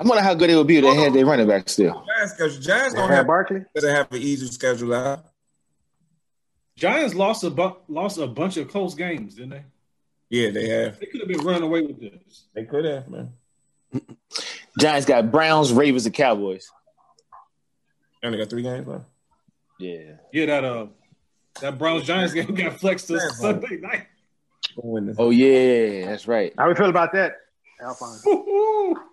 [SPEAKER 6] I wonder how good it would be if they had their running back still.
[SPEAKER 3] Giants, schedule- Giants
[SPEAKER 2] They
[SPEAKER 3] don't
[SPEAKER 2] have
[SPEAKER 3] have
[SPEAKER 2] Barkley.
[SPEAKER 3] doesn't have an easy schedule out.
[SPEAKER 5] Giants lost a bu- lost a bunch of close games, didn't they?
[SPEAKER 3] Yeah, they have.
[SPEAKER 5] They could have been running away with this.
[SPEAKER 3] They could have, man.
[SPEAKER 6] Giants got Browns, Ravens, and Cowboys.
[SPEAKER 3] They only got three games left.
[SPEAKER 6] Yeah.
[SPEAKER 5] Yeah, that uh, that Browns Giants game got flexed to Sunday night.
[SPEAKER 3] Gonna win this.
[SPEAKER 6] Oh yeah, that's right.
[SPEAKER 2] How we feel about that, Alphonse?
[SPEAKER 6] Hey,
[SPEAKER 4] Well,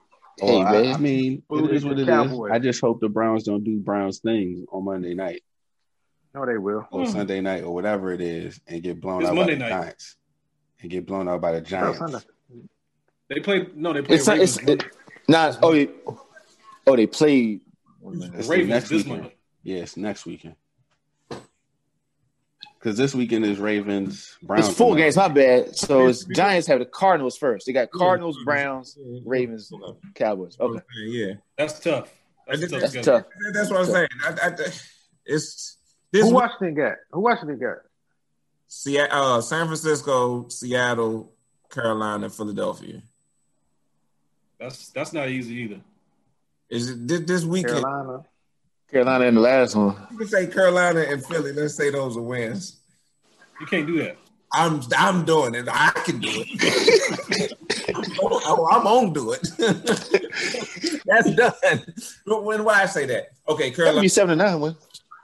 [SPEAKER 4] Oh, I,
[SPEAKER 6] man.
[SPEAKER 4] I mean,
[SPEAKER 2] Boo
[SPEAKER 4] it is
[SPEAKER 2] the
[SPEAKER 4] what it is.
[SPEAKER 2] Cowboys.
[SPEAKER 4] I just hope the Browns don't do Browns things on Monday night
[SPEAKER 2] No, they will.
[SPEAKER 4] or
[SPEAKER 5] Hmm.
[SPEAKER 4] Oh, Sunday night or whatever it is, and get blown
[SPEAKER 5] It's
[SPEAKER 4] out
[SPEAKER 5] Monday
[SPEAKER 4] by
[SPEAKER 5] night.
[SPEAKER 4] the Giants. And get blown out by the
[SPEAKER 2] No,
[SPEAKER 4] Giants.
[SPEAKER 2] Sunday.
[SPEAKER 5] They played no, they played
[SPEAKER 6] It's not.
[SPEAKER 5] Ravens,
[SPEAKER 6] It's it, not. Oh, they, oh, they played.
[SPEAKER 4] It's the
[SPEAKER 5] Ravens
[SPEAKER 4] next
[SPEAKER 5] this
[SPEAKER 4] weekend.
[SPEAKER 5] Monday.
[SPEAKER 4] Yes, next weekend. because this weekend is Ravens Browns.
[SPEAKER 6] It's four
[SPEAKER 4] tonight.
[SPEAKER 6] games, my bad. So it's Giants have the Cardinals first. They got Cardinals, Browns,
[SPEAKER 3] Yeah,
[SPEAKER 6] Ravens,
[SPEAKER 3] that's what
[SPEAKER 6] Cowboys.
[SPEAKER 3] I'm
[SPEAKER 6] Okay.
[SPEAKER 3] saying, Oh, Yeah,
[SPEAKER 5] That's tough. That's
[SPEAKER 3] That's
[SPEAKER 5] tough.
[SPEAKER 6] That's
[SPEAKER 5] schedule.
[SPEAKER 6] tough.
[SPEAKER 3] that's what I'm saying. I, I, it's this
[SPEAKER 2] Who
[SPEAKER 3] week,
[SPEAKER 2] Washington got? Who Washington got?
[SPEAKER 3] Se- uh, San Francisco, Seattle, Carolina, Philadelphia.
[SPEAKER 5] That's that's not easy either.
[SPEAKER 3] Is it this, this weekend?
[SPEAKER 2] Carolina.
[SPEAKER 6] Carolina in the last one.
[SPEAKER 3] You can say Carolina and Philly. Let's say those are wins.
[SPEAKER 5] You can't do that.
[SPEAKER 3] I'm I'm doing it. I can do it. oh, I'm on do it. That's done. But When why I say that? Okay,
[SPEAKER 6] That'd
[SPEAKER 3] Carolina.
[SPEAKER 6] be seven to nine win.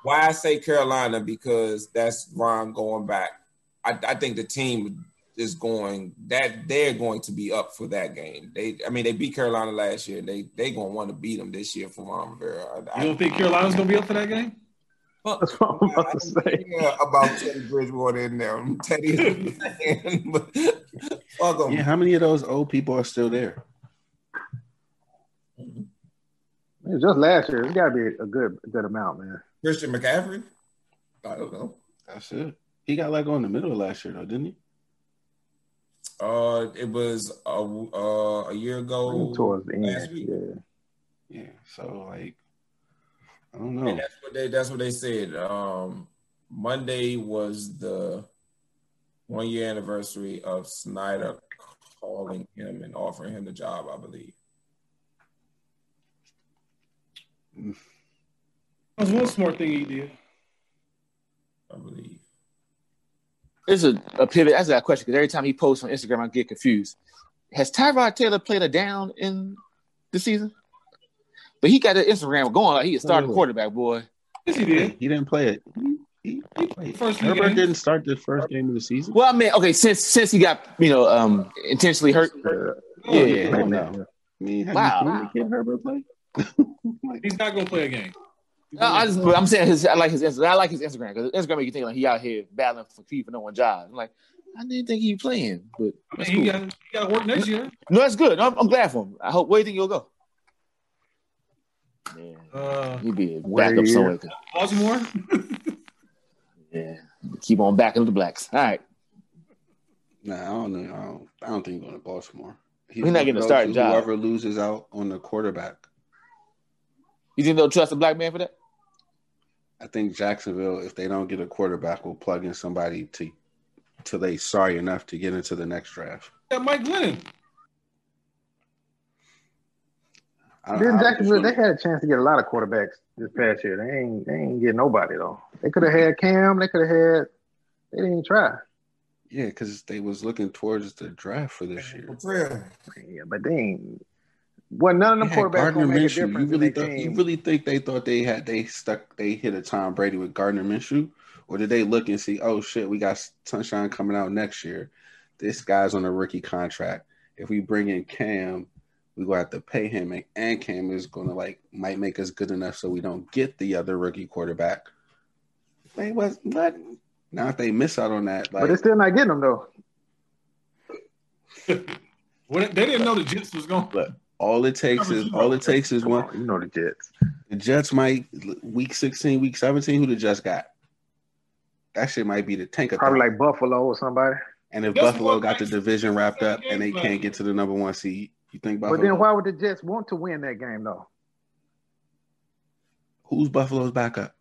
[SPEAKER 3] Why I say Carolina because that's Ron going back. I, I think the team is going that they're going to be up for that game. They I mean they beat Carolina last year. They they gonna want to beat them this year for Ron Rivera. I,
[SPEAKER 5] You
[SPEAKER 3] I,
[SPEAKER 5] don't think Carolina's gonna be up for that game?
[SPEAKER 2] That's what I'm about to say.
[SPEAKER 3] yeah, about Teddy Bridgewater in there. Teddy, is a man, but fuck him.
[SPEAKER 4] Yeah, how many of those old people are still there?
[SPEAKER 2] It was just last year. It's got to be a good good amount, man.
[SPEAKER 3] Christian McCaffrey. I don't know.
[SPEAKER 4] That's it. He got let go in the middle of last year, though, didn't he?
[SPEAKER 3] Uh, it was a, uh, a year ago,
[SPEAKER 2] Towards the
[SPEAKER 3] last
[SPEAKER 2] end,
[SPEAKER 3] week.
[SPEAKER 2] yeah.
[SPEAKER 4] Yeah. So like, I don't
[SPEAKER 3] and
[SPEAKER 4] know.
[SPEAKER 3] that's what they that's what they said. Um, Monday was the one year anniversary of Snyder calling him and offering him the job, I believe.
[SPEAKER 5] That was one smart thing he did.
[SPEAKER 3] I believe.
[SPEAKER 6] This is a, a pivot. That's a question because every time he posts on Instagram, I get confused. Has Tyrod Taylor played a down in the season? But he got the Instagram going like he a starting
[SPEAKER 4] Absolutely.
[SPEAKER 6] quarterback, boy.
[SPEAKER 5] Yes, he
[SPEAKER 4] Hey,
[SPEAKER 5] did.
[SPEAKER 4] he didn't play it. He, he, he played.
[SPEAKER 5] First
[SPEAKER 4] First
[SPEAKER 5] few
[SPEAKER 4] Herbert
[SPEAKER 5] games.
[SPEAKER 4] didn't start the first game of the season.
[SPEAKER 6] Well, I mean, okay, since since he got you know um intentionally hurt,
[SPEAKER 2] Uh,
[SPEAKER 5] Oh,
[SPEAKER 6] yeah,
[SPEAKER 4] Yeah,
[SPEAKER 6] yeah.
[SPEAKER 4] no, no. I mean, have
[SPEAKER 6] Wow.
[SPEAKER 4] you seen the kid Herbert play? like,
[SPEAKER 5] He's not gonna play a game.
[SPEAKER 6] No, I just, but I'm saying his, I like his Instagram. I like his Instagram because Instagram make you think like he out here battling for key for no one job. I'm like, I didn't think he playing,
[SPEAKER 5] I
[SPEAKER 6] but
[SPEAKER 5] mean,
[SPEAKER 6] that's
[SPEAKER 5] he
[SPEAKER 6] cool.
[SPEAKER 5] got he got to work next year.
[SPEAKER 6] no, that's good. No, I'm, I'm glad for him. I hope. Where do you think he'll go? Yeah,
[SPEAKER 5] Uh,
[SPEAKER 6] he'd be a
[SPEAKER 2] Where
[SPEAKER 6] backup
[SPEAKER 2] you-
[SPEAKER 6] somewhere. 'cause-
[SPEAKER 5] Baltimore.
[SPEAKER 6] Yeah, keep on backing up the blacks. All right,
[SPEAKER 4] nah, I don't know. I don't, I don't think he's going to Baltimore. He's
[SPEAKER 6] He's not getting a
[SPEAKER 4] gonna go
[SPEAKER 6] starting
[SPEAKER 4] to
[SPEAKER 6] job.
[SPEAKER 4] Whoever loses out on the quarterback,
[SPEAKER 6] you think they'll trust a black man for that?
[SPEAKER 4] I think Jacksonville, if they don't get a quarterback, will plug in somebody to till they sorry enough to get into the next draft.
[SPEAKER 5] Got Mike Glennon.
[SPEAKER 4] I,
[SPEAKER 2] Then
[SPEAKER 4] I-
[SPEAKER 2] Jacksonville, they had a chance to get a lot of quarterbacks this past year. They ain't they ain't get nobody though. They could
[SPEAKER 4] Mm-hmm.
[SPEAKER 2] have had Cam. They could have had. They didn't try.
[SPEAKER 4] yeah, because they was looking towards the draft for this year.
[SPEAKER 3] Betrayal.
[SPEAKER 2] Yeah, but they ain't. Well, none of
[SPEAKER 4] Yeah,
[SPEAKER 2] them quarterbacks
[SPEAKER 4] Gardner
[SPEAKER 2] gonna make a
[SPEAKER 4] Minshew.
[SPEAKER 2] difference
[SPEAKER 4] You really
[SPEAKER 2] in their
[SPEAKER 4] thought you
[SPEAKER 2] team.
[SPEAKER 4] really think they thought they had they stuck they hit a Tom Brady with Gardner Minshew, or did they look and see? Oh shit, we got Sunshine coming out next year. This guy's on a rookie contract. If we bring in Cam, we gonna have to pay him, and, and Cam is gonna like might make us good enough so we don't get the other rookie quarterback. They was not now if they miss out on that,
[SPEAKER 2] but
[SPEAKER 4] like
[SPEAKER 2] they're still not getting them though.
[SPEAKER 5] Well, they didn't know the Jets was going.
[SPEAKER 4] Look. all it takes is all it takes is
[SPEAKER 2] Come
[SPEAKER 4] one.
[SPEAKER 2] on, you know the Jets.
[SPEAKER 4] The Jets might week sixteen, week seventeen. Who the Jets got? That shit might be the tank.
[SPEAKER 2] Probably like Buffalo or somebody.
[SPEAKER 4] and if
[SPEAKER 5] Guess
[SPEAKER 4] Buffalo
[SPEAKER 5] what?
[SPEAKER 4] got the division wrapped up and they can't get to the number one seed, you think Buffalo?
[SPEAKER 2] But then why would the Jets want to win that game though?
[SPEAKER 4] who's Buffalo's backup?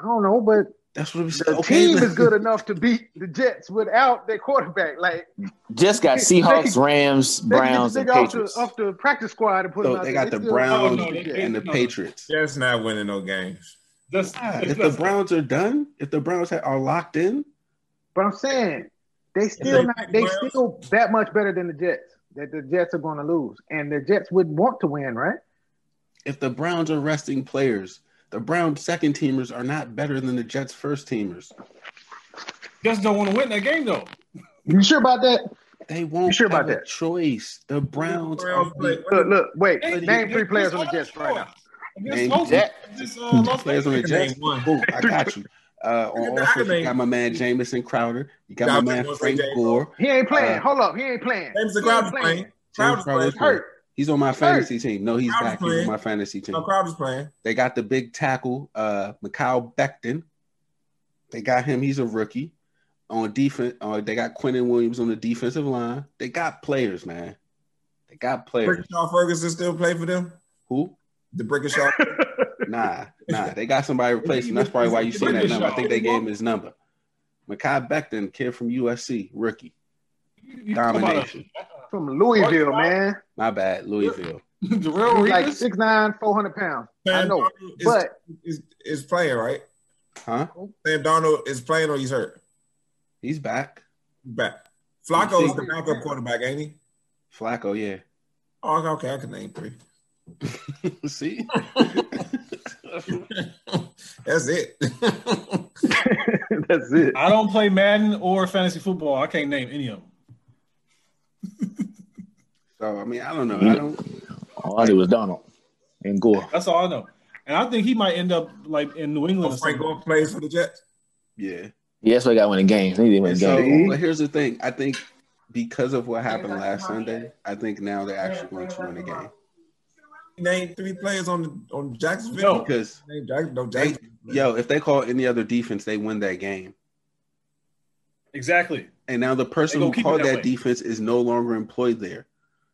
[SPEAKER 2] I don't know, but
[SPEAKER 4] That's what we said.
[SPEAKER 2] the team is good enough to beat the Jets without their quarterback. Like
[SPEAKER 6] Just got Seahawks, Rams,
[SPEAKER 2] they can
[SPEAKER 6] Browns,
[SPEAKER 2] get
[SPEAKER 6] and
[SPEAKER 2] this nigga off
[SPEAKER 6] Patriots.
[SPEAKER 2] the, off the practice squad and put him
[SPEAKER 4] So
[SPEAKER 2] out
[SPEAKER 4] they
[SPEAKER 2] there.
[SPEAKER 4] got the
[SPEAKER 2] still-
[SPEAKER 4] Browns
[SPEAKER 5] Oh, no, they
[SPEAKER 4] and the
[SPEAKER 5] No.
[SPEAKER 4] Patriots.
[SPEAKER 3] That's not winning no games.
[SPEAKER 5] That's,
[SPEAKER 4] Ah,
[SPEAKER 5] that's
[SPEAKER 4] if the Browns are done, if the Browns ha- are locked in,
[SPEAKER 2] But I'm saying they still
[SPEAKER 3] they
[SPEAKER 2] not
[SPEAKER 3] pick
[SPEAKER 2] they
[SPEAKER 3] Browns-
[SPEAKER 2] still that much better than the Jets. That the Jets are going to lose, and the Jets would want to win, right?
[SPEAKER 4] if the Browns are resting players, the Browns second teamers are not better than the Jets first teamers.
[SPEAKER 5] Jets don't want to win that game though.
[SPEAKER 2] You sure about that?
[SPEAKER 4] They won't
[SPEAKER 2] You sure
[SPEAKER 4] have
[SPEAKER 2] about
[SPEAKER 4] a
[SPEAKER 2] that?
[SPEAKER 4] choice. The Browns, are
[SPEAKER 3] Browns play-
[SPEAKER 2] Look, look, wait.
[SPEAKER 5] They-
[SPEAKER 2] Name
[SPEAKER 5] they-
[SPEAKER 2] three
[SPEAKER 5] they-
[SPEAKER 2] players on the Jets right now.
[SPEAKER 5] Against
[SPEAKER 4] Name
[SPEAKER 5] Oakland.
[SPEAKER 6] Jack-
[SPEAKER 5] Against, uh, Las
[SPEAKER 4] players on the
[SPEAKER 5] Vegas.
[SPEAKER 4] Jets.
[SPEAKER 3] one.
[SPEAKER 4] Boom, I got you. Uh,
[SPEAKER 3] Look at
[SPEAKER 4] on
[SPEAKER 3] the
[SPEAKER 4] offense, you
[SPEAKER 3] accolades.
[SPEAKER 4] got my man Jamison Crowder. You
[SPEAKER 3] Yeah, I
[SPEAKER 4] got
[SPEAKER 3] was
[SPEAKER 4] my man
[SPEAKER 3] gonna say
[SPEAKER 4] Frank
[SPEAKER 3] James
[SPEAKER 4] Gore.
[SPEAKER 2] He ain't playing.
[SPEAKER 4] Uh,
[SPEAKER 2] Hold up, he ain't playing.
[SPEAKER 3] James
[SPEAKER 2] He ain't
[SPEAKER 3] Crowder's playing. Crowder's
[SPEAKER 4] James Crowder's
[SPEAKER 3] playing.
[SPEAKER 4] playing.
[SPEAKER 2] Hurt.
[SPEAKER 4] He's on my fantasy team. No, he's
[SPEAKER 3] Crowder's
[SPEAKER 4] back. He's on
[SPEAKER 3] playing.
[SPEAKER 4] my fantasy
[SPEAKER 3] No,
[SPEAKER 4] team.
[SPEAKER 3] Crowder's playing.
[SPEAKER 4] They got the big tackle, uh, Mikhail Becton. They got him. He's a rookie. On defense, uh, they got Quentin Williams on the defensive line. They got players, man. They got players.
[SPEAKER 3] Brickenshaw Ferguson still play for them?
[SPEAKER 4] Who?
[SPEAKER 3] The Brickenshaw?
[SPEAKER 4] Nah, nah. They got somebody replacing. That's probably why you seen that number. I think they gave him his number. Makai Becton, kid from USC, rookie.
[SPEAKER 5] You talking about a-
[SPEAKER 4] Domination.
[SPEAKER 2] From Louisville, man.
[SPEAKER 4] My bad, Louisville.
[SPEAKER 5] Darrell
[SPEAKER 2] He's like
[SPEAKER 5] Reeves.
[SPEAKER 2] 6'9", 400 pounds. I know,
[SPEAKER 3] Is,
[SPEAKER 2] but
[SPEAKER 3] is, is playing right?
[SPEAKER 4] Huh?
[SPEAKER 3] Sam Donald is playing or he's hurt.
[SPEAKER 4] He's back.
[SPEAKER 3] Back. Flacco is
[SPEAKER 4] See?
[SPEAKER 3] the backup quarterback, ain't he?
[SPEAKER 4] Flacco, yeah.
[SPEAKER 3] Oh, okay, okay, I can name three.
[SPEAKER 4] See?
[SPEAKER 3] That's it.
[SPEAKER 2] that's it.
[SPEAKER 5] I don't play Madden or fantasy football. I can't name any of them.
[SPEAKER 4] so I mean, I don't know.
[SPEAKER 5] Mm-hmm.
[SPEAKER 4] I don't
[SPEAKER 6] All I do is Donald and Gore.
[SPEAKER 5] That's all I know. And I think he might end up like in New England.
[SPEAKER 3] Oh,
[SPEAKER 5] Or
[SPEAKER 3] Frank
[SPEAKER 5] something.
[SPEAKER 3] Gore plays for the Jets.
[SPEAKER 4] yeah.
[SPEAKER 6] Yeah, that's why I got winning games. They didn't win
[SPEAKER 4] And
[SPEAKER 6] games.
[SPEAKER 4] so
[SPEAKER 2] game.
[SPEAKER 4] but here's the thing. I think because of what happened last Sunday, I think now they're actually going to win the game.
[SPEAKER 3] Name three players on the on Jacksonville.
[SPEAKER 5] No.
[SPEAKER 4] Because
[SPEAKER 3] Name Jack, no
[SPEAKER 4] they,
[SPEAKER 3] Jacksonville.
[SPEAKER 4] yo, if they call any other defense, they win that game.
[SPEAKER 5] Exactly.
[SPEAKER 4] And now the person
[SPEAKER 5] They
[SPEAKER 4] who
[SPEAKER 5] gonna keep it
[SPEAKER 4] called
[SPEAKER 5] that
[SPEAKER 4] that,
[SPEAKER 5] way.
[SPEAKER 4] defense is no longer employed there.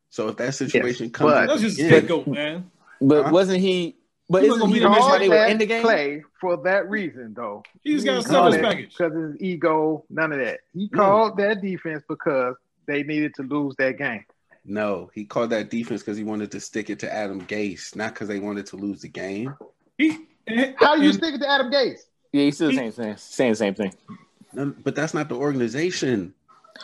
[SPEAKER 4] So if that situation comes,
[SPEAKER 2] but-
[SPEAKER 4] up
[SPEAKER 5] That's just a
[SPEAKER 4] again-
[SPEAKER 5] scapegoat, man.
[SPEAKER 6] But
[SPEAKER 2] Uh-huh.
[SPEAKER 4] Huh?
[SPEAKER 6] wasn't he? But
[SPEAKER 5] He
[SPEAKER 6] isn't
[SPEAKER 5] wasn't
[SPEAKER 6] he the
[SPEAKER 5] gonna be the
[SPEAKER 6] reason
[SPEAKER 5] best
[SPEAKER 6] why
[SPEAKER 2] All
[SPEAKER 6] they were in the
[SPEAKER 2] that
[SPEAKER 6] game?
[SPEAKER 2] play for that reason, though.
[SPEAKER 5] He just got a
[SPEAKER 2] called
[SPEAKER 5] severance
[SPEAKER 2] it
[SPEAKER 5] package.
[SPEAKER 2] because of his ego, none of that. He called that defense because they needed to lose that game.
[SPEAKER 4] no, he called that defense because he wanted to stick it to Adam Gase, not because they wanted to lose the game.
[SPEAKER 5] He, and,
[SPEAKER 2] How do you
[SPEAKER 5] and
[SPEAKER 2] stick it to Adam Gates?
[SPEAKER 6] Yeah, he's still the same thing. Saying the same thing.
[SPEAKER 4] No, but that's not the organization.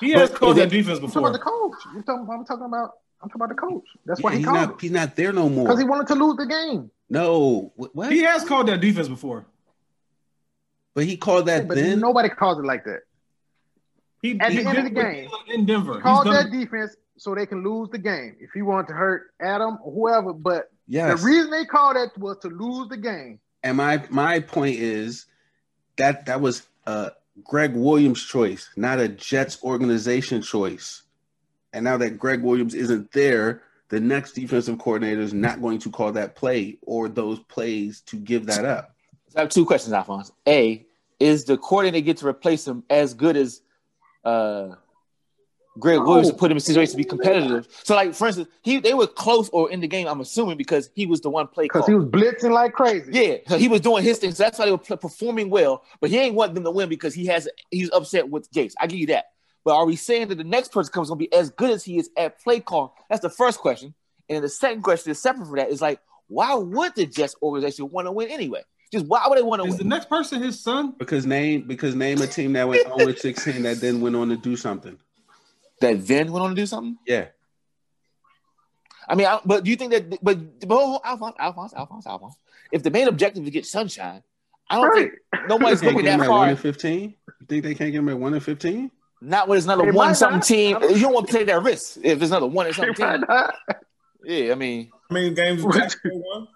[SPEAKER 5] He has
[SPEAKER 6] But
[SPEAKER 5] called
[SPEAKER 6] is
[SPEAKER 5] that
[SPEAKER 6] it-
[SPEAKER 5] defense
[SPEAKER 2] I'm talking
[SPEAKER 5] before.
[SPEAKER 2] about the coach. You're talking, I'm talking about. I'm talking about the coach. That's why
[SPEAKER 4] Yeah,
[SPEAKER 2] he
[SPEAKER 4] he's
[SPEAKER 2] called
[SPEAKER 4] not. He's not there no more.
[SPEAKER 2] because he wanted to lose the game.
[SPEAKER 4] no, Wh- what?
[SPEAKER 5] He has called that defense before.
[SPEAKER 4] but he called that
[SPEAKER 2] But
[SPEAKER 4] then.
[SPEAKER 2] nobody calls it like that.
[SPEAKER 5] He,
[SPEAKER 2] At
[SPEAKER 5] he
[SPEAKER 2] the end of
[SPEAKER 5] did
[SPEAKER 2] the
[SPEAKER 5] it
[SPEAKER 2] game,
[SPEAKER 5] in Denver. He's
[SPEAKER 2] Called
[SPEAKER 5] done
[SPEAKER 2] that
[SPEAKER 5] it.
[SPEAKER 2] defense so they can lose the game. If he wanted to hurt Adam or whoever, but
[SPEAKER 4] yes.
[SPEAKER 2] the reason they called that was to lose the game.
[SPEAKER 4] and my my point is that that was uh Greg Williams' choice, not a Jets organization choice. And now that Greg Williams isn't there, the next defensive coordinator is not going to call that play or those plays to give that up.
[SPEAKER 6] So I have two questions, Alphonse. A is the coordinator get to replace him as good as uh, Greg Williams to put him in a situation to be competitive? So, like for instance, he they were close or in the game. I'm assuming because he was the one play
[SPEAKER 2] Because
[SPEAKER 6] call.
[SPEAKER 2] he was blitzing like crazy.
[SPEAKER 6] yeah, so he was doing his thing. So that's why they were pl- performing well. But he ain't want them to win because he has he's upset with Gates. I give you that. But are we saying that the next person comes gonna be as good as he is at play call? That's the first question. And the second question is separate from that. Is like, why would the Jets organization want to win anyway? Just why would they want to
[SPEAKER 5] Is
[SPEAKER 6] win?
[SPEAKER 5] the next person his son?
[SPEAKER 4] Because name because name a team that went 0 16 that then went on to do something.
[SPEAKER 6] that then went on to do something?
[SPEAKER 4] Yeah.
[SPEAKER 6] I mean, I, but do you think that? But, but hold- Alphonse, Alphonse, Alphonse, Alphonse. If the main objective is to get sunshine, I don't
[SPEAKER 2] Right.
[SPEAKER 6] think
[SPEAKER 4] You
[SPEAKER 6] nobody's
[SPEAKER 4] can't
[SPEAKER 6] looking
[SPEAKER 4] get him
[SPEAKER 6] that
[SPEAKER 4] at 1
[SPEAKER 6] far.
[SPEAKER 4] and 15? You think they can't get him at 1 and 15?
[SPEAKER 6] Not when it's another
[SPEAKER 2] They might
[SPEAKER 6] one something
[SPEAKER 2] not.
[SPEAKER 6] team. You don't want to take that risk if there's another one or something
[SPEAKER 2] Why
[SPEAKER 6] team.
[SPEAKER 2] not?
[SPEAKER 6] Yeah, I mean,
[SPEAKER 3] How many games did
[SPEAKER 2] What?
[SPEAKER 3] Jacksonville won?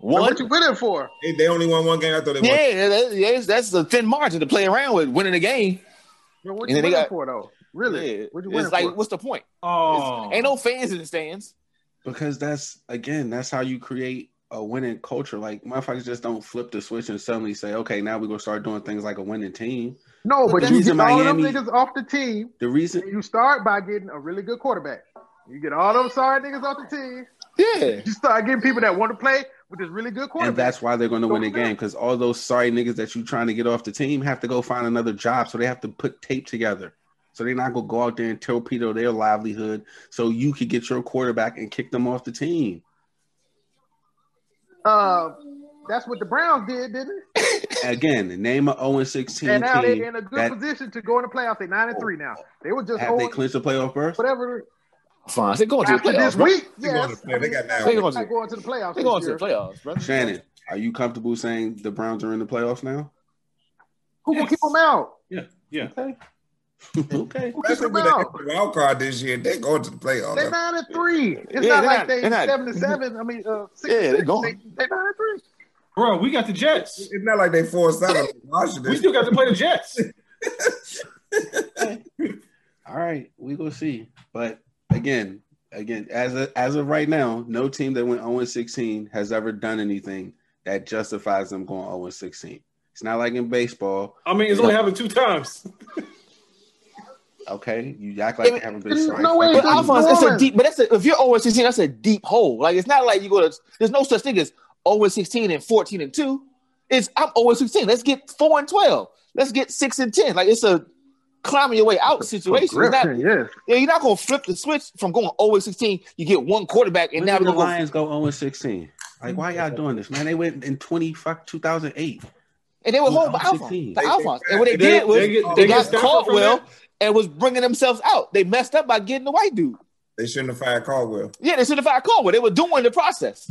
[SPEAKER 6] one.
[SPEAKER 2] What you with it for?
[SPEAKER 3] They, they only won one game. I thought they won.
[SPEAKER 6] Yeah, that, yeah, that's a thin margin to play around with winning a game.
[SPEAKER 2] Yo, What you
[SPEAKER 6] And then they
[SPEAKER 2] with
[SPEAKER 6] got-
[SPEAKER 2] it for though? Really?
[SPEAKER 6] Yeah.
[SPEAKER 2] What you with
[SPEAKER 6] It's
[SPEAKER 2] it
[SPEAKER 6] like,
[SPEAKER 2] for?
[SPEAKER 6] what's the point?
[SPEAKER 5] Oh,
[SPEAKER 6] It's- Ain't no fans in the stands.
[SPEAKER 4] Because that's again, that's how you create a winning culture. Like motherfuckers just don't flip the switch and suddenly say, "Okay, now we're gonna start doing things like a winning team."
[SPEAKER 2] No, but
[SPEAKER 4] The
[SPEAKER 2] you
[SPEAKER 4] reason
[SPEAKER 2] get all of them
[SPEAKER 4] Miami-
[SPEAKER 2] niggas off the team.
[SPEAKER 4] The
[SPEAKER 2] and
[SPEAKER 4] reason,
[SPEAKER 2] You start by getting a really good quarterback. You get all them sorry niggas off the team.
[SPEAKER 6] Yeah.
[SPEAKER 2] You start getting people that want to play with this really good
[SPEAKER 4] and
[SPEAKER 2] quarterback.
[SPEAKER 4] that's why they're gonna win a game because all those sorry niggas that you trying to get off the team have to go find another job, so they have to put tape together. So they're not gonna go out there and torpedo their livelihood, so you could get your quarterback and kick them off the team.
[SPEAKER 2] Uh, that's what the Browns did, didn't it?
[SPEAKER 4] Again, name a zero and sixteen
[SPEAKER 2] And now
[SPEAKER 4] team
[SPEAKER 2] they're in a good
[SPEAKER 4] that
[SPEAKER 2] position to go in the playoffs. They're nine and three now. They were just
[SPEAKER 4] have they
[SPEAKER 2] holding
[SPEAKER 4] clinched the playoff berth.
[SPEAKER 2] whatever
[SPEAKER 6] Fine. They're going to the
[SPEAKER 2] after
[SPEAKER 6] playoffs.
[SPEAKER 2] this
[SPEAKER 6] bro.
[SPEAKER 2] week.
[SPEAKER 3] They going to
[SPEAKER 2] Yes,
[SPEAKER 3] play. They got
[SPEAKER 6] They
[SPEAKER 3] nine.
[SPEAKER 6] going
[SPEAKER 2] They're
[SPEAKER 6] to
[SPEAKER 2] not going to the playoffs. this
[SPEAKER 6] They're going to
[SPEAKER 2] year.
[SPEAKER 6] the playoffs, bro.
[SPEAKER 4] Shannon, are you comfortable saying the Browns are in the playoffs now?
[SPEAKER 2] Who will keep them out?
[SPEAKER 5] yeah.
[SPEAKER 4] okay.
[SPEAKER 2] Who keep
[SPEAKER 3] That's
[SPEAKER 2] them
[SPEAKER 3] gonna be
[SPEAKER 2] out?
[SPEAKER 3] the wild card this year. They going to the playoffs.
[SPEAKER 2] They nine and three. It's
[SPEAKER 6] Yeah,
[SPEAKER 2] not
[SPEAKER 6] they
[SPEAKER 2] like
[SPEAKER 6] not-
[SPEAKER 2] they
[SPEAKER 6] they not-
[SPEAKER 2] seven to seven. I mean, uh, six
[SPEAKER 6] Yeah,
[SPEAKER 2] to
[SPEAKER 6] they
[SPEAKER 2] six.
[SPEAKER 6] gone.
[SPEAKER 2] They, they nine and three.
[SPEAKER 5] bro, we got the Jets.
[SPEAKER 3] It's not like they four seven. Washington.
[SPEAKER 5] We still got to play the Jets.
[SPEAKER 4] All right, we gonna see. But again, again, as of, as of right now, no oh team that went 0 16 has ever done anything that justifies them going 0 16. oh It's not like in baseball.
[SPEAKER 5] I mean, it's only happened two times.
[SPEAKER 4] Okay, you act like
[SPEAKER 6] It-
[SPEAKER 4] they haven't been. safe.
[SPEAKER 2] no way.
[SPEAKER 6] But
[SPEAKER 2] It's
[SPEAKER 6] Alphonse, it's a
[SPEAKER 2] boring.
[SPEAKER 6] deep. But that's a, if you're 0 16, that's a deep hole. Like it's not like you go to. There's no such thing as 0 16 and 14 and two. It's I'm 0 16. Let's get four and 12. Let's get six and 10. Like it's a climbing your way out situation. It's not,
[SPEAKER 2] Griffin, yes.
[SPEAKER 6] yeah, you're not gonna flip the switch from going 0 16. You get one quarterback, and
[SPEAKER 4] When
[SPEAKER 6] now
[SPEAKER 4] did
[SPEAKER 6] we're
[SPEAKER 4] the
[SPEAKER 6] gonna go.
[SPEAKER 4] Lions go 0 16? Like, why y'all doing this, man? They went in 20 fuck 2008.
[SPEAKER 6] And they were home by
[SPEAKER 4] Alphonse
[SPEAKER 6] Alphonse.
[SPEAKER 4] 16.
[SPEAKER 6] By
[SPEAKER 3] They-
[SPEAKER 6] Alphonse.
[SPEAKER 3] they-
[SPEAKER 6] And what
[SPEAKER 5] they-
[SPEAKER 6] they, did was
[SPEAKER 5] they
[SPEAKER 6] they,
[SPEAKER 5] get- they get
[SPEAKER 6] got
[SPEAKER 5] Stafford from
[SPEAKER 6] Caldwell
[SPEAKER 5] that?
[SPEAKER 6] and was bringing themselves out. They messed up by getting the white dude.
[SPEAKER 3] They shouldn't have fired Caldwell.
[SPEAKER 6] Yeah, they should have fired Caldwell. They were doing the process.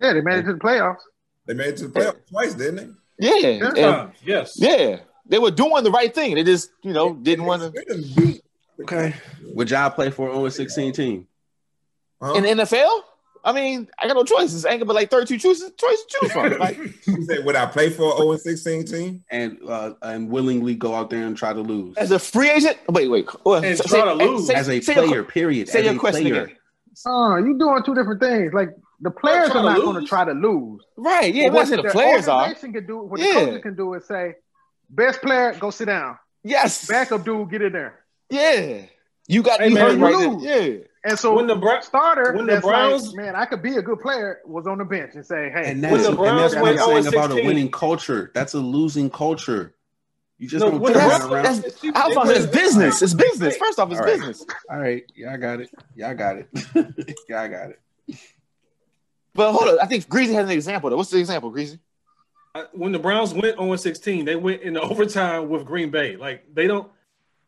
[SPEAKER 2] Yeah, they made it to the playoffs.
[SPEAKER 3] They made it to the playoffs twice, didn't they?
[SPEAKER 6] Yeah,
[SPEAKER 2] Yeah.
[SPEAKER 6] And-
[SPEAKER 5] Times, yes.
[SPEAKER 6] Yeah, they were doing the right thing. They just, you know, didn't want to.
[SPEAKER 3] to.
[SPEAKER 4] Okay. Would y'all play for an 0 16 team?
[SPEAKER 3] Huh?
[SPEAKER 6] In the NFL, I mean, I got no choices. I ain't got but like thirty-two choices, choices to choose from. Like,
[SPEAKER 3] You say, would I play for an 0 16 team?
[SPEAKER 4] And uh, and willingly go out there and try to lose
[SPEAKER 6] as a free agent, wait, wait, well,
[SPEAKER 5] And try to lose.
[SPEAKER 4] as a
[SPEAKER 6] your-
[SPEAKER 4] player. period.
[SPEAKER 6] say
[SPEAKER 4] as
[SPEAKER 6] your
[SPEAKER 4] a
[SPEAKER 6] question
[SPEAKER 4] player.
[SPEAKER 6] again.
[SPEAKER 2] Oh, you doing two different things. Like the players
[SPEAKER 5] trying
[SPEAKER 2] are
[SPEAKER 5] to
[SPEAKER 2] not going to
[SPEAKER 5] lose.
[SPEAKER 2] try to lose.
[SPEAKER 6] Right?
[SPEAKER 2] But
[SPEAKER 6] Yeah, I'm not saying the
[SPEAKER 2] their
[SPEAKER 6] players are.
[SPEAKER 2] organization Can do, what
[SPEAKER 6] Yeah.
[SPEAKER 2] the coaches can do is say, best player, go sit down.
[SPEAKER 6] Yes.
[SPEAKER 2] Backup dude, get in there.
[SPEAKER 6] Yeah. You got
[SPEAKER 5] Hey,
[SPEAKER 6] you
[SPEAKER 5] man,
[SPEAKER 6] hurt
[SPEAKER 5] you
[SPEAKER 6] right
[SPEAKER 2] lose.
[SPEAKER 6] there. Yeah.
[SPEAKER 2] And so
[SPEAKER 5] When the Bra-
[SPEAKER 2] starter,
[SPEAKER 5] when the
[SPEAKER 2] that's like,
[SPEAKER 5] Browns-
[SPEAKER 2] man, I could be a good player, was on the bench and say, hey,
[SPEAKER 4] And
[SPEAKER 5] When
[SPEAKER 4] that's,
[SPEAKER 5] the
[SPEAKER 4] and
[SPEAKER 5] Browns
[SPEAKER 4] that's what
[SPEAKER 5] went
[SPEAKER 4] I'm saying
[SPEAKER 5] 0-16.
[SPEAKER 4] about a winning culture. That's a losing culture. You just
[SPEAKER 5] No,
[SPEAKER 4] don't
[SPEAKER 5] when
[SPEAKER 4] turn
[SPEAKER 5] the
[SPEAKER 4] that
[SPEAKER 6] That's,
[SPEAKER 5] Browns-
[SPEAKER 4] around.
[SPEAKER 6] that's, Alphonse, it's business. It's business. First off, it's
[SPEAKER 4] All right.
[SPEAKER 6] business.
[SPEAKER 4] All right, y'all got it. Y'all got it. y'all got it.
[SPEAKER 6] But hold on, I think Greasy has an example. Though. What's the example, Greasy?
[SPEAKER 5] I- when the Browns went on 16, they went in overtime with Green Bay. Like they don't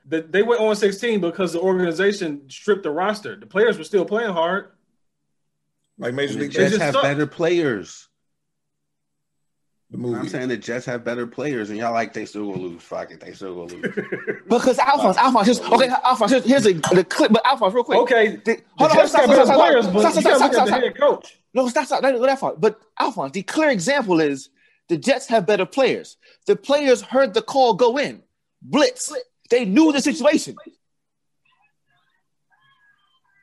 [SPEAKER 5] the, they went on 16 because the organization stripped the roster. The players were still playing hard.
[SPEAKER 3] Like
[SPEAKER 4] And
[SPEAKER 3] Major
[SPEAKER 4] the
[SPEAKER 3] League
[SPEAKER 4] Jets
[SPEAKER 5] just
[SPEAKER 4] have
[SPEAKER 5] suck.
[SPEAKER 4] better players.
[SPEAKER 3] the
[SPEAKER 4] You
[SPEAKER 3] movie.
[SPEAKER 4] know what I'm saying the Jets have better players, and y'all like they still gonna lose. Fuck it, they still gonna lose.
[SPEAKER 6] Because
[SPEAKER 5] Uh,
[SPEAKER 6] Alphonse, Alphonse, here's, okay, Alphonse, here's, here's the, the clip. But Alphonse, real quick.
[SPEAKER 5] Okay.
[SPEAKER 6] The-
[SPEAKER 5] The
[SPEAKER 6] hold on, hold on,
[SPEAKER 5] Jets got
[SPEAKER 6] stop, stop,
[SPEAKER 5] better
[SPEAKER 6] stop,
[SPEAKER 5] players,
[SPEAKER 6] stop,
[SPEAKER 5] but
[SPEAKER 6] stop,
[SPEAKER 5] you gotta
[SPEAKER 6] stop,
[SPEAKER 5] look
[SPEAKER 6] stop,
[SPEAKER 5] at the
[SPEAKER 6] stop.
[SPEAKER 5] head coach.
[SPEAKER 6] No, stop, stop. Don't go that far. But Alphonse, the clear example is the Jets have better players. The players heard the call go in, blitz. They knew the situation.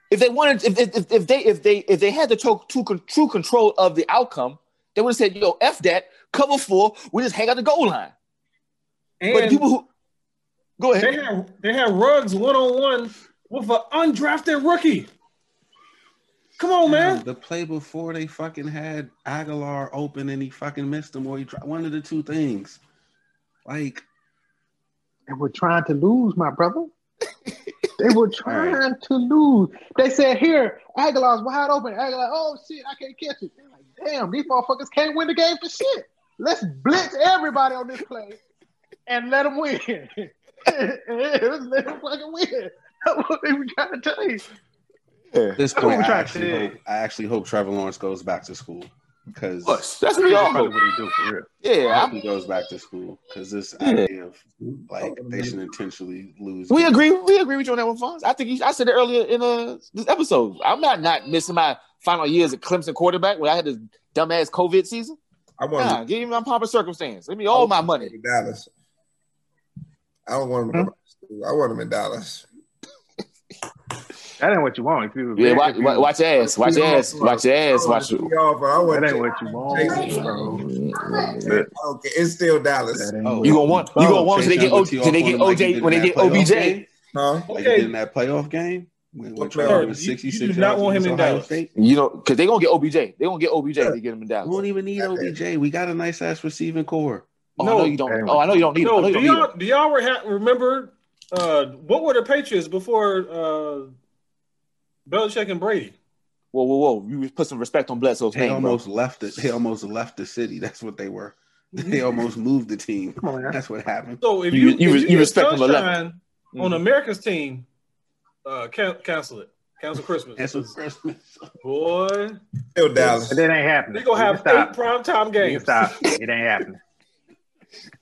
[SPEAKER 6] If they wanted, if, if, if- if they if they if they had the tru- true, con- true control of the outcome, they would have said, "Yo, f that, cover four. We just hang out the goal line." but
[SPEAKER 5] And
[SPEAKER 6] people who go
[SPEAKER 5] they
[SPEAKER 6] ahead,
[SPEAKER 5] had they had Ruggs one on one with an undrafted rookie. Come on, man.
[SPEAKER 4] The play before they fucking had Aguilar open and he fucking missed him, or he tried one of the two things. Like
[SPEAKER 2] They were trying to lose, my brother. they were trying to lose. They said, "Here, Aguilar's wide open." Aguilar, oh shit, I can't catch it. They're like, damn, these motherfuckers can't win the game for shit. Let's blitz everybody on this play and let them win. Let's let them fucking win. That's what they were trying to tell you.
[SPEAKER 4] at this
[SPEAKER 2] That's what
[SPEAKER 4] point,
[SPEAKER 2] I'm
[SPEAKER 4] I
[SPEAKER 2] trying to
[SPEAKER 4] actually,
[SPEAKER 2] say.
[SPEAKER 4] hope, I actually hope Trevor Lawrence goes back to school because
[SPEAKER 6] Us. that's what we all
[SPEAKER 4] probably
[SPEAKER 6] hope.
[SPEAKER 4] what he do for real. I
[SPEAKER 6] Yeah,
[SPEAKER 4] hope he goes back to school because this idea of
[SPEAKER 5] Oh,
[SPEAKER 4] like they should intentionally lose.
[SPEAKER 6] We
[SPEAKER 4] games.
[SPEAKER 6] agree. We agree with you on that one, Fonz. I think you, I said it earlier in uh, this episode. I'm not not missing my final year as a Clemson quarterback when I had this dumbass COVID season.
[SPEAKER 3] I want
[SPEAKER 6] Nah, give me my proper circumstance. Give me all my money.
[SPEAKER 3] him in Dallas. I don't want him. in Dallas. I want him in Dallas.
[SPEAKER 2] That ain't what you want. If you,
[SPEAKER 6] Yeah, watch, wa- watch your ass. Watch your ass. Watch your ass. Watch. your-
[SPEAKER 3] Y'all, but I want
[SPEAKER 2] that ain't what you want, bro.
[SPEAKER 3] Okay, it's still Dallas.
[SPEAKER 2] That ain't
[SPEAKER 4] Oh,
[SPEAKER 2] what
[SPEAKER 6] You gonna want? You gonna want?
[SPEAKER 4] Chase
[SPEAKER 6] When they get O-
[SPEAKER 4] Young went
[SPEAKER 6] till they
[SPEAKER 4] off on
[SPEAKER 6] get
[SPEAKER 4] him like he
[SPEAKER 6] OJ?
[SPEAKER 4] did
[SPEAKER 6] When they
[SPEAKER 4] in
[SPEAKER 6] get
[SPEAKER 4] that playoff
[SPEAKER 6] OJ?
[SPEAKER 4] game,
[SPEAKER 3] Huh?
[SPEAKER 4] like he did in
[SPEAKER 5] Okay.
[SPEAKER 4] that playoff game. When, when
[SPEAKER 3] What
[SPEAKER 4] Trevor
[SPEAKER 5] playoff?
[SPEAKER 4] was
[SPEAKER 5] You- you
[SPEAKER 4] 66
[SPEAKER 5] do not
[SPEAKER 4] yards
[SPEAKER 5] want him
[SPEAKER 4] against
[SPEAKER 5] in
[SPEAKER 4] Ohio
[SPEAKER 5] Dallas.
[SPEAKER 4] State.
[SPEAKER 6] You know, because they gonna get OBJ. They gonna get OBJ. if They get him in
[SPEAKER 4] We don't
[SPEAKER 6] Dallas.
[SPEAKER 4] even need OBJ. We got a nice ass receiving core.
[SPEAKER 6] Oh,
[SPEAKER 5] No.
[SPEAKER 6] I know you don't. Oh, I know you don't need. Him. I know
[SPEAKER 5] No,
[SPEAKER 6] you
[SPEAKER 5] do
[SPEAKER 6] don't need him.
[SPEAKER 5] y'all do y'all reha- remember uh, what were the Patriots before uh, Belichick and Brady?
[SPEAKER 6] Whoa, whoa, whoa! You put some respect on Bledsoe's
[SPEAKER 4] They
[SPEAKER 6] name, bro.
[SPEAKER 4] almost left it. They almost left the city. That's what they were. They almost moved the team.
[SPEAKER 2] Come on, man.
[SPEAKER 4] That's what happened.
[SPEAKER 5] So if you
[SPEAKER 6] You- you
[SPEAKER 5] if
[SPEAKER 6] res- you
[SPEAKER 5] get
[SPEAKER 6] respect him a lot. Mm-hmm.
[SPEAKER 5] sunshine on America's team, uh, can- cancel it. Cancel Christmas.
[SPEAKER 4] That's what Christmas.
[SPEAKER 5] Boy,
[SPEAKER 3] Still Dallas.
[SPEAKER 2] But it ain't happening.
[SPEAKER 5] they gonna have
[SPEAKER 2] You can stop.
[SPEAKER 5] eight primetime
[SPEAKER 2] You can
[SPEAKER 5] games.
[SPEAKER 2] stop. It ain't happening.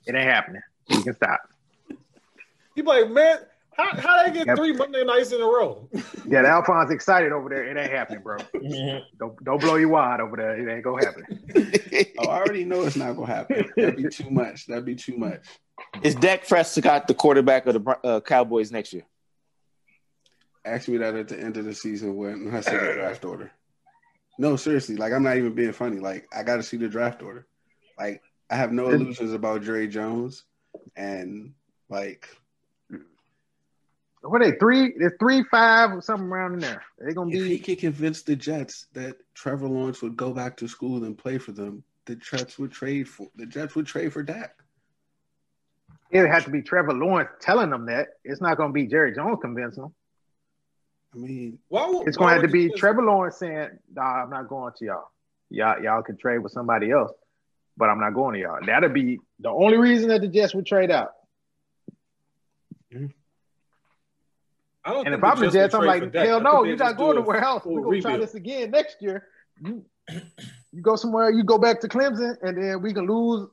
[SPEAKER 2] It ain't happening. You can stop.
[SPEAKER 5] You be like, man, how how they get
[SPEAKER 2] Yep.
[SPEAKER 5] three Monday nights in a row?
[SPEAKER 2] Yeah, the Alphonse excited over there. It ain't happening, bro. Don't don't blow your wad over there. It ain't gonna happen.
[SPEAKER 4] Oh, I already know it's not gonna happen. That'd be too much. That'd be too much.
[SPEAKER 6] Is Dak Prescott the quarterback of the Bro- uh, Cowboys next year?
[SPEAKER 4] Ask me that at the end of the season when I see the draft order. No, seriously. Like I'm not even being funny. Like I got to see the draft order. Like I have no illusions about Dre Jones, and like
[SPEAKER 2] What are they? Three? They're three, five, or something around in there. They're gonna
[SPEAKER 4] if
[SPEAKER 2] be.
[SPEAKER 4] he could convince the Jets that Trevor Lawrence would go back to school and play for them, the Jets would trade for the Jets would trade for Dak.
[SPEAKER 2] It would have to be Trevor Lawrence telling them that. It's not gonna be Jerry Jones convincing them.
[SPEAKER 4] I mean,
[SPEAKER 5] Why would,
[SPEAKER 2] It's gonna
[SPEAKER 5] why
[SPEAKER 2] have to
[SPEAKER 5] would
[SPEAKER 2] be
[SPEAKER 5] you-
[SPEAKER 2] Trevor Lawrence saying, "Nah, I'm not going to y'all. Y'all, y'all can trade with somebody else, but I'm not going to y'all." That'll be the only reason that the Jets would trade out.
[SPEAKER 5] I don't
[SPEAKER 2] And
[SPEAKER 5] think
[SPEAKER 2] if I'm
[SPEAKER 5] the
[SPEAKER 2] the Jets,
[SPEAKER 5] would
[SPEAKER 2] I'm
[SPEAKER 5] trade
[SPEAKER 2] like,
[SPEAKER 5] for Dak. I
[SPEAKER 2] hell
[SPEAKER 5] think
[SPEAKER 2] no,
[SPEAKER 5] they'd
[SPEAKER 2] you're
[SPEAKER 5] just
[SPEAKER 2] not
[SPEAKER 5] do
[SPEAKER 2] going
[SPEAKER 5] a
[SPEAKER 2] nowhere else.
[SPEAKER 5] full
[SPEAKER 2] We're gonna try
[SPEAKER 5] rebuild.
[SPEAKER 2] this again next year. You, you go somewhere, you go back to Clemson, and then we can lose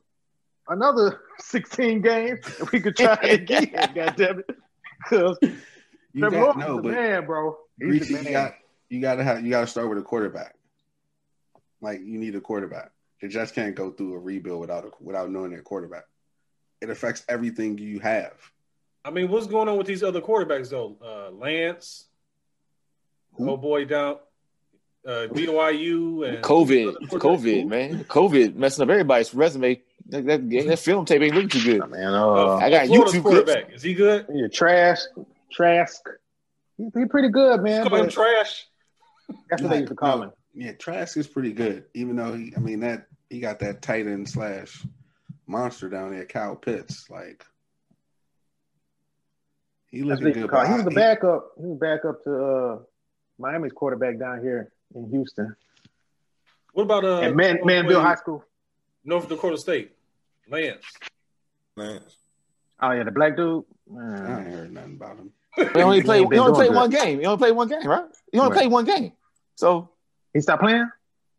[SPEAKER 2] another 16 games, and we could try it again. God damn it! Because
[SPEAKER 4] you
[SPEAKER 2] Trevor
[SPEAKER 4] got
[SPEAKER 2] Lawrence
[SPEAKER 4] no,
[SPEAKER 2] is a
[SPEAKER 4] but
[SPEAKER 2] man, bro. He's
[SPEAKER 4] Reese,
[SPEAKER 2] a
[SPEAKER 4] you
[SPEAKER 2] man.
[SPEAKER 4] got you gotta have you gotta start with a quarterback. Like you need a quarterback. The Jets can't go through a rebuild without a, without knowing their quarterback. It affects everything you have.
[SPEAKER 5] I mean, what's going on with these other quarterbacks though? Uh, Lance,
[SPEAKER 4] Who?
[SPEAKER 5] oh boy, down uh, BYU and
[SPEAKER 6] COVID,
[SPEAKER 5] Other quarterbacks,
[SPEAKER 6] COVID,
[SPEAKER 5] who?
[SPEAKER 6] man, COVID messing up everybody's resume. That, that, that film tape ain't looking too good.
[SPEAKER 2] man,
[SPEAKER 5] Uh,
[SPEAKER 2] uh,
[SPEAKER 6] I got
[SPEAKER 5] Florida's
[SPEAKER 6] YouTube clips.
[SPEAKER 5] quarterback. Is he good?
[SPEAKER 2] you're trash, Trask. He's he pretty good, man.
[SPEAKER 5] Call him
[SPEAKER 2] but
[SPEAKER 5] trash.
[SPEAKER 2] that's what they used to call him.
[SPEAKER 4] Yeah, Trask is pretty good, even though he I mean that he got that tight end slash monster down there, Kyle Pitts. Like he
[SPEAKER 2] That's
[SPEAKER 4] looking
[SPEAKER 2] what they used to
[SPEAKER 4] good.
[SPEAKER 2] call.
[SPEAKER 4] but
[SPEAKER 2] him. He was the
[SPEAKER 4] I-
[SPEAKER 2] backup. He was backup to uh, Miami's quarterback down here in Houston
[SPEAKER 5] What about uh
[SPEAKER 2] and Man
[SPEAKER 5] oh,
[SPEAKER 2] Manville
[SPEAKER 5] wait,
[SPEAKER 2] High School.
[SPEAKER 5] North Dakota State? Lance.
[SPEAKER 3] Lance.
[SPEAKER 2] Oh yeah, the black dude.
[SPEAKER 4] I
[SPEAKER 2] Mm.
[SPEAKER 4] ain't heard nothing about him.
[SPEAKER 6] He only
[SPEAKER 2] ain't
[SPEAKER 6] played.
[SPEAKER 2] been
[SPEAKER 6] He only
[SPEAKER 2] doing
[SPEAKER 6] played
[SPEAKER 2] good.
[SPEAKER 6] one game. He only played one game, right? He only
[SPEAKER 2] Right.
[SPEAKER 6] played one game. So
[SPEAKER 2] He stopped playing.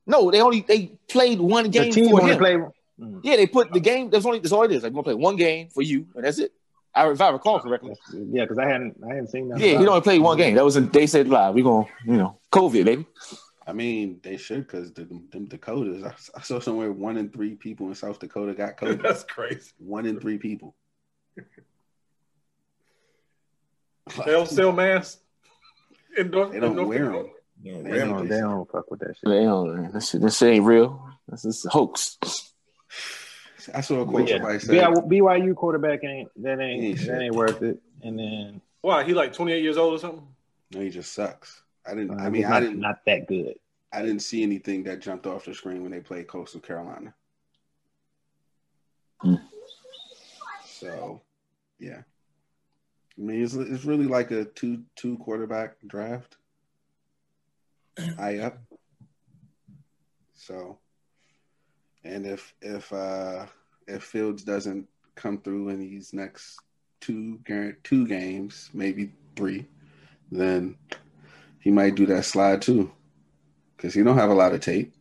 [SPEAKER 6] no, they only they played one
[SPEAKER 2] The
[SPEAKER 6] game
[SPEAKER 2] team
[SPEAKER 6] for
[SPEAKER 2] only
[SPEAKER 6] him.
[SPEAKER 2] played.
[SPEAKER 6] Yeah, they put the game. That's only that's all it is. Like, we're gonna play one game for you, and that's it. I, if I recall correctly.
[SPEAKER 2] Yeah, because I hadn't I hadn't seen that.
[SPEAKER 6] Yeah, he only played one game. That was a, they said live. We gonna you know COVID baby.
[SPEAKER 4] I mean, they should because the, them Dakotas. I, I saw somewhere one in three people in South Dakota got COVID.
[SPEAKER 5] That's crazy.
[SPEAKER 4] one in three people.
[SPEAKER 5] They don't sell masks. In North,
[SPEAKER 4] They don't
[SPEAKER 5] in North
[SPEAKER 4] wear
[SPEAKER 5] Dakota.
[SPEAKER 4] them.
[SPEAKER 3] You know,
[SPEAKER 4] Man,
[SPEAKER 2] They
[SPEAKER 3] Ram-
[SPEAKER 2] don't, they don't fuck with that shit.
[SPEAKER 6] They don't- That shit, that shit ain't real. That's just a hoax.
[SPEAKER 4] I saw a
[SPEAKER 2] But
[SPEAKER 4] quote
[SPEAKER 2] yeah,
[SPEAKER 4] somebody said,
[SPEAKER 2] B- BYU quarterback ain't that ain't
[SPEAKER 4] Ain't shit.
[SPEAKER 2] that ain't worth it. And then
[SPEAKER 5] Why? He like 28 years old or something?
[SPEAKER 4] "No, he just sucks." I didn't.
[SPEAKER 2] uh,
[SPEAKER 4] I mean,
[SPEAKER 2] he's
[SPEAKER 4] I
[SPEAKER 2] not,
[SPEAKER 4] didn't.
[SPEAKER 2] not that good.
[SPEAKER 4] I didn't see anything that jumped off the screen when they played Coastal Carolina.
[SPEAKER 6] Hmm.
[SPEAKER 4] So, yeah. I mean, it's, it's really like a two two quarterback draft. I up. So, and if if uh if Fields doesn't come through in these next two gar- two games, maybe three, then he might do that slide too because he don't have a lot of tape.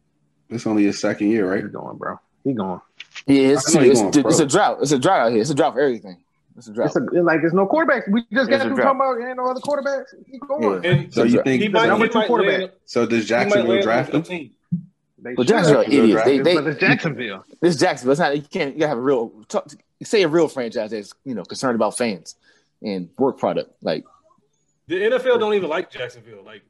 [SPEAKER 4] It's only his second year,
[SPEAKER 2] He's
[SPEAKER 4] right?
[SPEAKER 2] going, bro. He going.
[SPEAKER 6] Yeah, it's,
[SPEAKER 4] I know he's
[SPEAKER 6] it's,
[SPEAKER 4] going
[SPEAKER 6] it's
[SPEAKER 4] pro.
[SPEAKER 6] a drought. It's a drought out here. It's a drought for everything. It's a drought.
[SPEAKER 2] It's a, it's like there's no quarterbacks. We just
[SPEAKER 6] It's
[SPEAKER 2] got
[SPEAKER 6] a
[SPEAKER 2] through
[SPEAKER 6] drought.
[SPEAKER 2] talking about and no other quarterbacks. He going.
[SPEAKER 6] Yeah.
[SPEAKER 5] And
[SPEAKER 4] So you
[SPEAKER 5] he
[SPEAKER 4] think?
[SPEAKER 5] might,
[SPEAKER 2] number
[SPEAKER 5] he
[SPEAKER 2] two
[SPEAKER 5] might
[SPEAKER 2] quarterback.
[SPEAKER 5] land,
[SPEAKER 4] So does
[SPEAKER 5] he might
[SPEAKER 4] Jacksonville
[SPEAKER 5] land
[SPEAKER 4] draft
[SPEAKER 5] on
[SPEAKER 4] him?
[SPEAKER 5] 15.
[SPEAKER 2] They
[SPEAKER 6] But
[SPEAKER 2] should.
[SPEAKER 6] Jacksonville are
[SPEAKER 4] Jacksonville
[SPEAKER 6] idiots. They,
[SPEAKER 4] drafted,
[SPEAKER 6] they,
[SPEAKER 2] but it's Jacksonville.
[SPEAKER 6] this Jacksonville. It's not. You can't. You gotta have a real talk, say a real franchise that's you know concerned about fans and work product. Like
[SPEAKER 5] The NFL don't even like Jacksonville. Like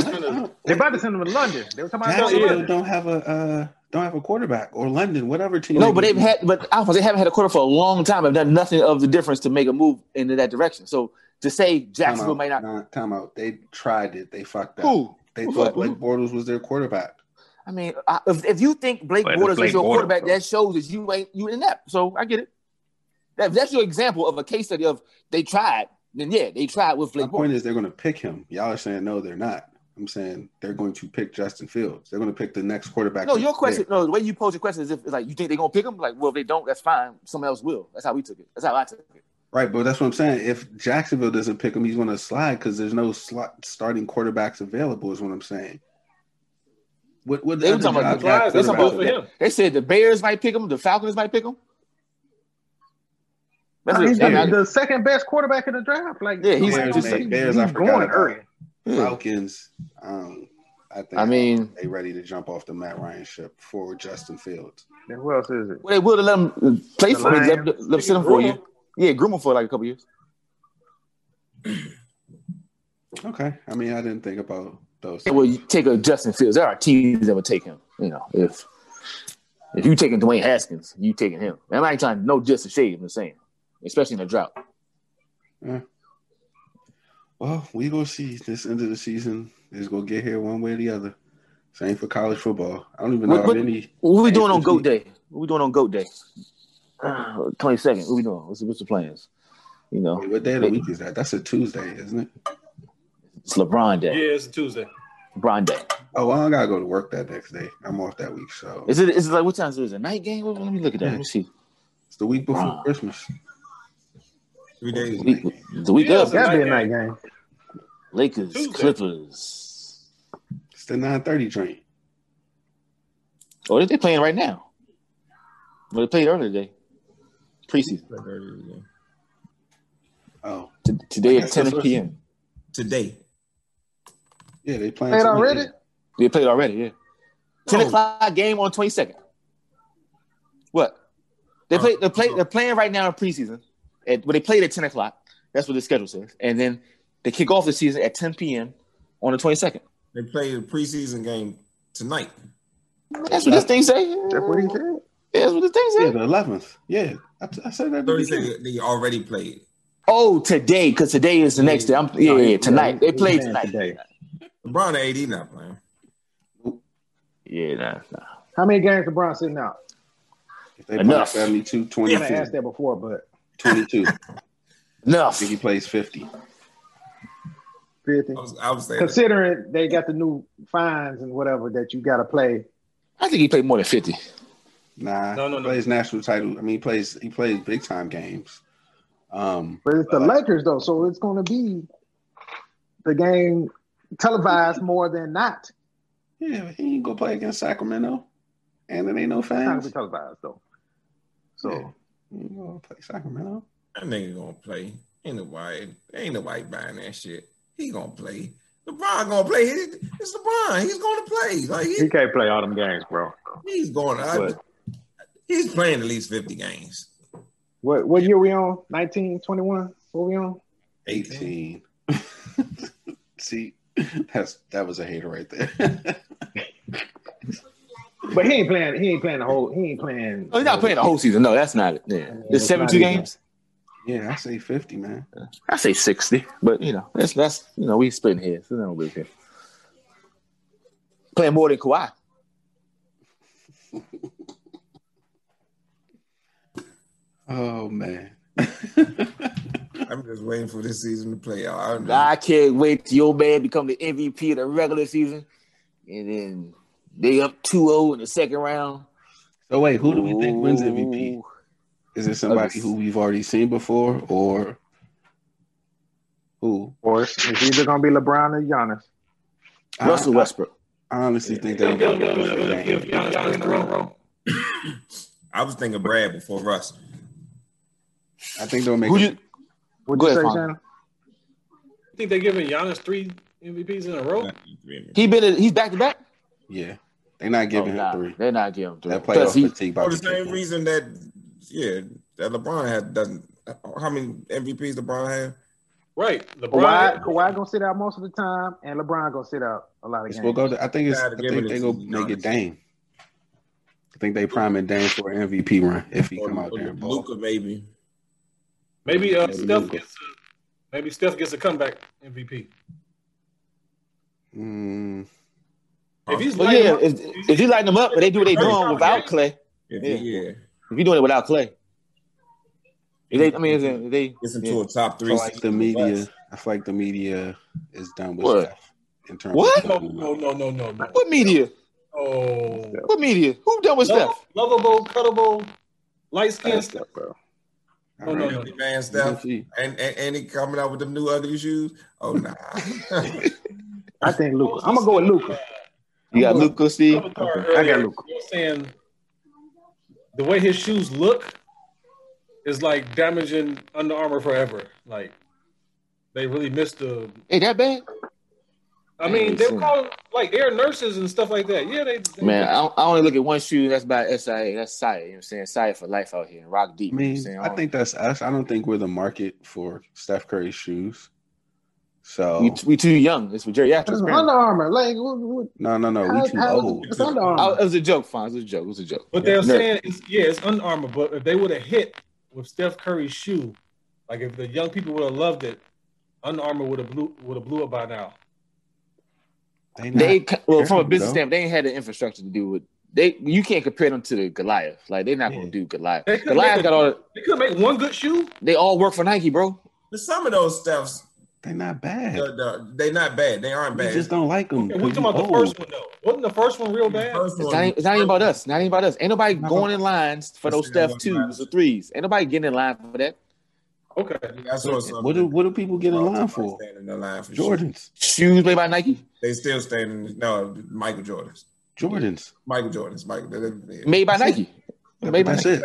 [SPEAKER 4] No,
[SPEAKER 2] They're about to send him to London. They were talking about going to
[SPEAKER 4] Jacksonville
[SPEAKER 5] Jacksonville.
[SPEAKER 2] London.
[SPEAKER 4] don't have a uh, don't have a quarterback or London, whatever team.
[SPEAKER 6] no, but they've had but Alphonse they haven't had a quarter for a long time. Have done nothing of the difference to make a move into that direction. So to say Jacksonville
[SPEAKER 4] Jacksonville
[SPEAKER 6] may not.
[SPEAKER 4] Nah, time out. They tried it. They fucked up.
[SPEAKER 6] Who?
[SPEAKER 4] They
[SPEAKER 6] Who
[SPEAKER 4] thought
[SPEAKER 6] fucked
[SPEAKER 4] Blake
[SPEAKER 6] up?
[SPEAKER 4] Bortles was their quarterback.
[SPEAKER 6] I mean, I, if, if you think Blake
[SPEAKER 2] But it's
[SPEAKER 6] Borders
[SPEAKER 2] Blake
[SPEAKER 6] is your
[SPEAKER 2] Bortles,
[SPEAKER 6] quarterback,
[SPEAKER 2] bro.
[SPEAKER 6] that shows that you ain't you inept. So I get it. That, if that's your example of a case study of they tried. Then yeah, they tried with
[SPEAKER 4] My
[SPEAKER 6] Blake
[SPEAKER 4] point
[SPEAKER 6] Bortles.
[SPEAKER 4] is they're going to pick him. Y'all are saying no, they're not. I'm saying they're going to pick Justin Fields. They're going to pick the next quarterback.
[SPEAKER 6] No,
[SPEAKER 4] that's
[SPEAKER 6] your question.
[SPEAKER 4] there.
[SPEAKER 6] No, the way you pose your question is if like you think they're gonna pick him. Like, well, if they don't, that's fine. Someone else will. That's how we took it. That's how I took it.
[SPEAKER 4] Right, but that's what I'm saying. If Jacksonville doesn't pick him, he's going to slide because there's no slot starting quarterbacks available. Is what I'm saying. What what
[SPEAKER 6] They were
[SPEAKER 4] other
[SPEAKER 6] talking about
[SPEAKER 4] jobs
[SPEAKER 6] the
[SPEAKER 4] got
[SPEAKER 5] Flyers, that's a
[SPEAKER 6] talking about
[SPEAKER 5] move for
[SPEAKER 4] quarterbacks?
[SPEAKER 5] him.
[SPEAKER 6] They said the Bears might pick him. The Falcons might pick him. That's
[SPEAKER 2] He's
[SPEAKER 6] what, I mean, I-
[SPEAKER 2] the, the second best quarterback in the draft. Like
[SPEAKER 6] Yeah, he's-
[SPEAKER 2] nobody
[SPEAKER 6] Bears,
[SPEAKER 2] don't-
[SPEAKER 6] they-
[SPEAKER 4] Bears, I
[SPEAKER 2] he's
[SPEAKER 4] forgot
[SPEAKER 2] going
[SPEAKER 4] about.
[SPEAKER 2] early.
[SPEAKER 6] yeah.
[SPEAKER 4] Falcons. Um, I think.
[SPEAKER 6] I mean,
[SPEAKER 4] they ready to jump off the Matt Ryan ship for Justin Fields.
[SPEAKER 2] Then who else is it?
[SPEAKER 6] well, they would have let him play
[SPEAKER 2] The
[SPEAKER 6] for. They let,
[SPEAKER 2] Lions.
[SPEAKER 6] let him sit him for a year. Yeah, groom him for like a couple years.
[SPEAKER 4] Okay. I mean, I didn't think about those.
[SPEAKER 6] Well, you
[SPEAKER 4] things.
[SPEAKER 6] take a Justin Fields. There are teams that would take him. You know, if If you taking Dwayne Haskins, you taking him. And I'm not trying to no just a shade. I'm just saying, especially in a drought.
[SPEAKER 4] Well, we gonna see this end of the season is gonna get here one way or the other. Same for college football. I don't even know
[SPEAKER 6] What- what-
[SPEAKER 4] how many.
[SPEAKER 6] What we doing on
[SPEAKER 4] Anthony.
[SPEAKER 6] Goat Day? What we doing on Goat Day? Twenty second. What we doing? What's, what's the plans? You know,
[SPEAKER 4] What day of the week is that? That's a Tuesday, isn't it?
[SPEAKER 6] it's LeBron
[SPEAKER 5] Yeah,
[SPEAKER 6] Day.
[SPEAKER 5] it's a Tuesday.
[SPEAKER 6] LeBron Day.
[SPEAKER 4] Oh, I don't gotta go to work that next day. I'm off that week, so
[SPEAKER 6] Is it? Is it like what time is it? Is it a night game? Let me look at that. Let me see.
[SPEAKER 4] it's the week before
[SPEAKER 6] Wow.
[SPEAKER 4] Christmas.
[SPEAKER 3] Three days.
[SPEAKER 6] The week, the week
[SPEAKER 5] Yeah,
[SPEAKER 6] of
[SPEAKER 5] it's
[SPEAKER 2] That'd be a
[SPEAKER 5] night
[SPEAKER 2] night game.
[SPEAKER 6] Lakers,
[SPEAKER 5] Tuesday.
[SPEAKER 6] Clippers.
[SPEAKER 4] It's the 9:30 train.
[SPEAKER 6] Or Oh, they playing right now? Well, they played earlier today, preseason.
[SPEAKER 4] Oh,
[SPEAKER 6] T- today
[SPEAKER 4] I
[SPEAKER 6] at
[SPEAKER 4] guess
[SPEAKER 6] ten
[SPEAKER 4] that's what-
[SPEAKER 6] p.m.
[SPEAKER 3] Today.
[SPEAKER 4] yeah, they playing
[SPEAKER 2] Played
[SPEAKER 4] tonight.
[SPEAKER 2] already?
[SPEAKER 6] They played already. Yeah, ten
[SPEAKER 2] Oh.
[SPEAKER 3] No.
[SPEAKER 6] o'clock game on twenty second. What? They play. They play. They're playing right now in preseason. At, well, they played at ten o'clock. That's what the schedule says. And then they kick off the season at ten p.m. on the twenty second.
[SPEAKER 3] They play the preseason game tonight.
[SPEAKER 6] That's what this thing say.
[SPEAKER 2] That's what he said.
[SPEAKER 6] That's what this thing
[SPEAKER 4] Yeah,
[SPEAKER 6] say.
[SPEAKER 4] the 11th. Yeah, I, t- I said that. at the beginning.
[SPEAKER 3] Thursday they already played.
[SPEAKER 6] Oh, today because today is the next day. I'm, yeah, yeah, yeah, tonight they played
[SPEAKER 2] Playing
[SPEAKER 6] tonight.
[SPEAKER 2] today.
[SPEAKER 3] LeBron and AD not playing.
[SPEAKER 6] Yeah, nah, nah.
[SPEAKER 2] How many games LeBron sitting out?
[SPEAKER 4] If they play
[SPEAKER 6] Enough.
[SPEAKER 4] 72,
[SPEAKER 2] I
[SPEAKER 4] 22,
[SPEAKER 2] asked that before, but
[SPEAKER 4] 22. I
[SPEAKER 6] enough.
[SPEAKER 4] think he plays 50.
[SPEAKER 2] 50.
[SPEAKER 3] I was, I was saying that.
[SPEAKER 2] Considering they got the new fines and whatever that you got to play.
[SPEAKER 6] I think he played more than fifty.
[SPEAKER 4] Nah,
[SPEAKER 5] No, no,
[SPEAKER 4] he
[SPEAKER 5] no.
[SPEAKER 4] plays national title. I mean, he plays he plays big time games. Um,
[SPEAKER 2] But it's the Lakers, though, so it's going to be the game televised more than not.
[SPEAKER 4] yeah, he ain't gonna play against Sacramento, and it ain't no
[SPEAKER 2] It's not going to be
[SPEAKER 4] fans.
[SPEAKER 2] televised, though. So
[SPEAKER 4] Yeah. He ain't gonna play Sacramento.
[SPEAKER 3] That nigga gonna play. Ain't nobody, ain't nobody buying that shit. He gonna play. LeBron gonna play. He- It's LeBron. He's gonna play. Like he,
[SPEAKER 2] can't play all them games, bro.
[SPEAKER 3] he's going. I,
[SPEAKER 2] But-
[SPEAKER 3] he's playing at least fifty games.
[SPEAKER 2] What what year we on? 19, 21? What we on?
[SPEAKER 4] 18. See, that's that was a hater right there.
[SPEAKER 2] But he ain't playing. He ain't playing the whole. He ain't playing.
[SPEAKER 6] Oh, he's not playing the whole season. No, that's not it. Yeah,
[SPEAKER 2] mean,
[SPEAKER 6] it's
[SPEAKER 2] it's
[SPEAKER 6] seventy-two
[SPEAKER 2] not even-
[SPEAKER 6] games.
[SPEAKER 4] yeah, I say 50, man.
[SPEAKER 6] I say sixty, but you know that's that's you know we splitting hairs. There's no big here. Playing more than Kawhi.
[SPEAKER 4] Oh man.
[SPEAKER 3] I'm just waiting for this season to play out. I don't know.
[SPEAKER 6] I can't wait till your man become the MVP of the regular season, and then they up 2-0 in the second round.
[SPEAKER 4] so wait, who do we think wins MVP?
[SPEAKER 6] Ooh.
[SPEAKER 4] Is it somebody who we've already seen before, or who?
[SPEAKER 2] Or it's either gonna be LeBron or Giannis.
[SPEAKER 6] Russell
[SPEAKER 4] I,
[SPEAKER 6] Westbrook.
[SPEAKER 4] I honestly think they that.
[SPEAKER 3] I was thinking Brad before Russ.
[SPEAKER 4] I think they'll make.
[SPEAKER 6] Who
[SPEAKER 4] it-
[SPEAKER 6] you?
[SPEAKER 2] What'd
[SPEAKER 6] Go
[SPEAKER 2] you
[SPEAKER 6] ahead,
[SPEAKER 2] say,
[SPEAKER 6] Fonz.
[SPEAKER 2] Shannon?
[SPEAKER 5] You think they're giving Giannis three MVPs in a row?
[SPEAKER 6] He been in, he's back to back.
[SPEAKER 4] yeah, they're not
[SPEAKER 6] Oh,
[SPEAKER 4] giving
[SPEAKER 6] nah,
[SPEAKER 4] him three.
[SPEAKER 6] They're not giving him three.
[SPEAKER 4] That
[SPEAKER 6] Plus,
[SPEAKER 4] playoff
[SPEAKER 6] he,
[SPEAKER 4] fatigue. about
[SPEAKER 3] For the
[SPEAKER 4] to kick
[SPEAKER 3] same
[SPEAKER 4] in.
[SPEAKER 3] reason that, yeah, that LeBron had doesn't. How many MVPs LeBron had?
[SPEAKER 5] Right. LeBron.
[SPEAKER 2] Kawhi, Kawhi gonna sit out most of the time, and LeBron gonna sit out a lot of
[SPEAKER 4] It's
[SPEAKER 2] games.
[SPEAKER 4] gonna go to- I think it's. I
[SPEAKER 3] Gotta give
[SPEAKER 4] think
[SPEAKER 3] it
[SPEAKER 4] they
[SPEAKER 3] to
[SPEAKER 4] go make it
[SPEAKER 3] Giannis.
[SPEAKER 4] Dame. I think they priming Dame for an MVP run if he
[SPEAKER 3] Or,
[SPEAKER 4] come out there and ball.
[SPEAKER 3] Luca maybe.
[SPEAKER 5] Maybe uh,
[SPEAKER 4] Maybe
[SPEAKER 5] Steph
[SPEAKER 4] Luka.
[SPEAKER 5] gets a, maybe Steph gets a comeback MVP.
[SPEAKER 4] Mm,
[SPEAKER 5] If he's
[SPEAKER 6] well,
[SPEAKER 5] lighting
[SPEAKER 6] yeah,
[SPEAKER 5] up-
[SPEAKER 6] if, if you lighten them up, but they do what they doing without Clay.
[SPEAKER 3] If he- yeah.
[SPEAKER 6] If you're doing it without Clay, if they, I mean, if they- if they
[SPEAKER 3] gets into
[SPEAKER 6] yeah.
[SPEAKER 3] a top
[SPEAKER 4] I
[SPEAKER 3] three.
[SPEAKER 4] feel like the
[SPEAKER 3] seed,
[SPEAKER 4] media.
[SPEAKER 3] but
[SPEAKER 4] I feel like the media is done with
[SPEAKER 6] What?
[SPEAKER 4] Steph in terms. Of
[SPEAKER 6] What?
[SPEAKER 5] No,
[SPEAKER 4] talking
[SPEAKER 5] no,
[SPEAKER 4] about-
[SPEAKER 5] no, no, no, no.
[SPEAKER 6] what media?
[SPEAKER 5] Oh.
[SPEAKER 6] What media? Who done with
[SPEAKER 5] Lo-
[SPEAKER 6] Steph?
[SPEAKER 5] Lovable, cuttable, light skinned
[SPEAKER 2] That's
[SPEAKER 5] Steph.
[SPEAKER 2] that, bro.
[SPEAKER 5] No, no, no.
[SPEAKER 3] really Man, Steph, and, and and he coming out with them new ugly shoes. Oh nah.
[SPEAKER 2] I think Luca. I'm gonna go with Luca.
[SPEAKER 6] You got Luca, Steve.
[SPEAKER 2] Okay, I got Luka.
[SPEAKER 5] You're saying the way his shoes look is like damaging Under Armour forever. Like they really missed the.
[SPEAKER 6] Hey, that bad?
[SPEAKER 5] I
[SPEAKER 6] Man,
[SPEAKER 5] mean,
[SPEAKER 6] they
[SPEAKER 5] they were
[SPEAKER 6] soon.
[SPEAKER 5] calling like air nurses and stuff like that. Yeah, they. they
[SPEAKER 6] Man, I, I only look at one shoe. That's by SIA. That's SIA. You know what I'm saying? SIA for life out here. Rock deep.
[SPEAKER 4] I
[SPEAKER 6] you know what I'm
[SPEAKER 4] mean,
[SPEAKER 6] saying?
[SPEAKER 4] I think that's us. I don't think we're the market for Steph Curry's shoes. So
[SPEAKER 6] We, we too young. It's for
[SPEAKER 2] It's
[SPEAKER 6] geriatrics.
[SPEAKER 2] Under
[SPEAKER 6] apparently.
[SPEAKER 2] Armour. Like, what, what,
[SPEAKER 4] no, no, no.
[SPEAKER 2] how-
[SPEAKER 4] We too
[SPEAKER 2] how-
[SPEAKER 4] old.
[SPEAKER 2] It's Under
[SPEAKER 6] I,
[SPEAKER 2] Armour.
[SPEAKER 6] it was a joke, fine. It was a joke. It was a joke.
[SPEAKER 5] But they're
[SPEAKER 6] Yeah.
[SPEAKER 5] saying, it's, yeah, it's Under Armour. But if they would have hit with Steph Curry's shoe, like if the young people would have loved it, Under Armour would have blew would have blew it by now.
[SPEAKER 4] They, not-
[SPEAKER 6] They well, from a
[SPEAKER 4] Terrible,
[SPEAKER 6] business
[SPEAKER 4] though.
[SPEAKER 6] standpoint, they ain't had the infrastructure to do with. They you can't compare them to the Goliath. Like they're not
[SPEAKER 3] Yeah.
[SPEAKER 6] gonna do Goliath.
[SPEAKER 5] They couldn't
[SPEAKER 6] Goliath
[SPEAKER 5] make a-
[SPEAKER 6] got all. The,
[SPEAKER 5] They could make one good shoe.
[SPEAKER 6] they all work for Nike, bro.
[SPEAKER 3] But some of those stuffs,
[SPEAKER 4] they not bad.
[SPEAKER 3] the, the, they not bad. They aren't
[SPEAKER 4] We
[SPEAKER 3] bad.
[SPEAKER 4] just don't like them.
[SPEAKER 5] Yeah, we're talking
[SPEAKER 6] Oh.
[SPEAKER 5] about the first one though. Wasn't the first one real bad?
[SPEAKER 3] First
[SPEAKER 6] It's
[SPEAKER 3] one-
[SPEAKER 6] not, it's not even about us. Not even about us. Ain't nobody
[SPEAKER 4] Not
[SPEAKER 6] going in lines for those
[SPEAKER 3] It's not
[SPEAKER 6] Steph
[SPEAKER 3] about us.
[SPEAKER 6] twos or threes. Ain't nobody getting in line for that.
[SPEAKER 5] Okay.
[SPEAKER 3] That's what.
[SPEAKER 4] What do what do people get in line for?
[SPEAKER 3] Stand in the line for sure.
[SPEAKER 4] Jordans,
[SPEAKER 6] Shoes made by Nike,
[SPEAKER 3] They still standing. No, Michael Jordans.
[SPEAKER 4] Jordans.
[SPEAKER 3] Michael Jordans. Michael. they- they-
[SPEAKER 6] made by Nike. Made by
[SPEAKER 4] That's it.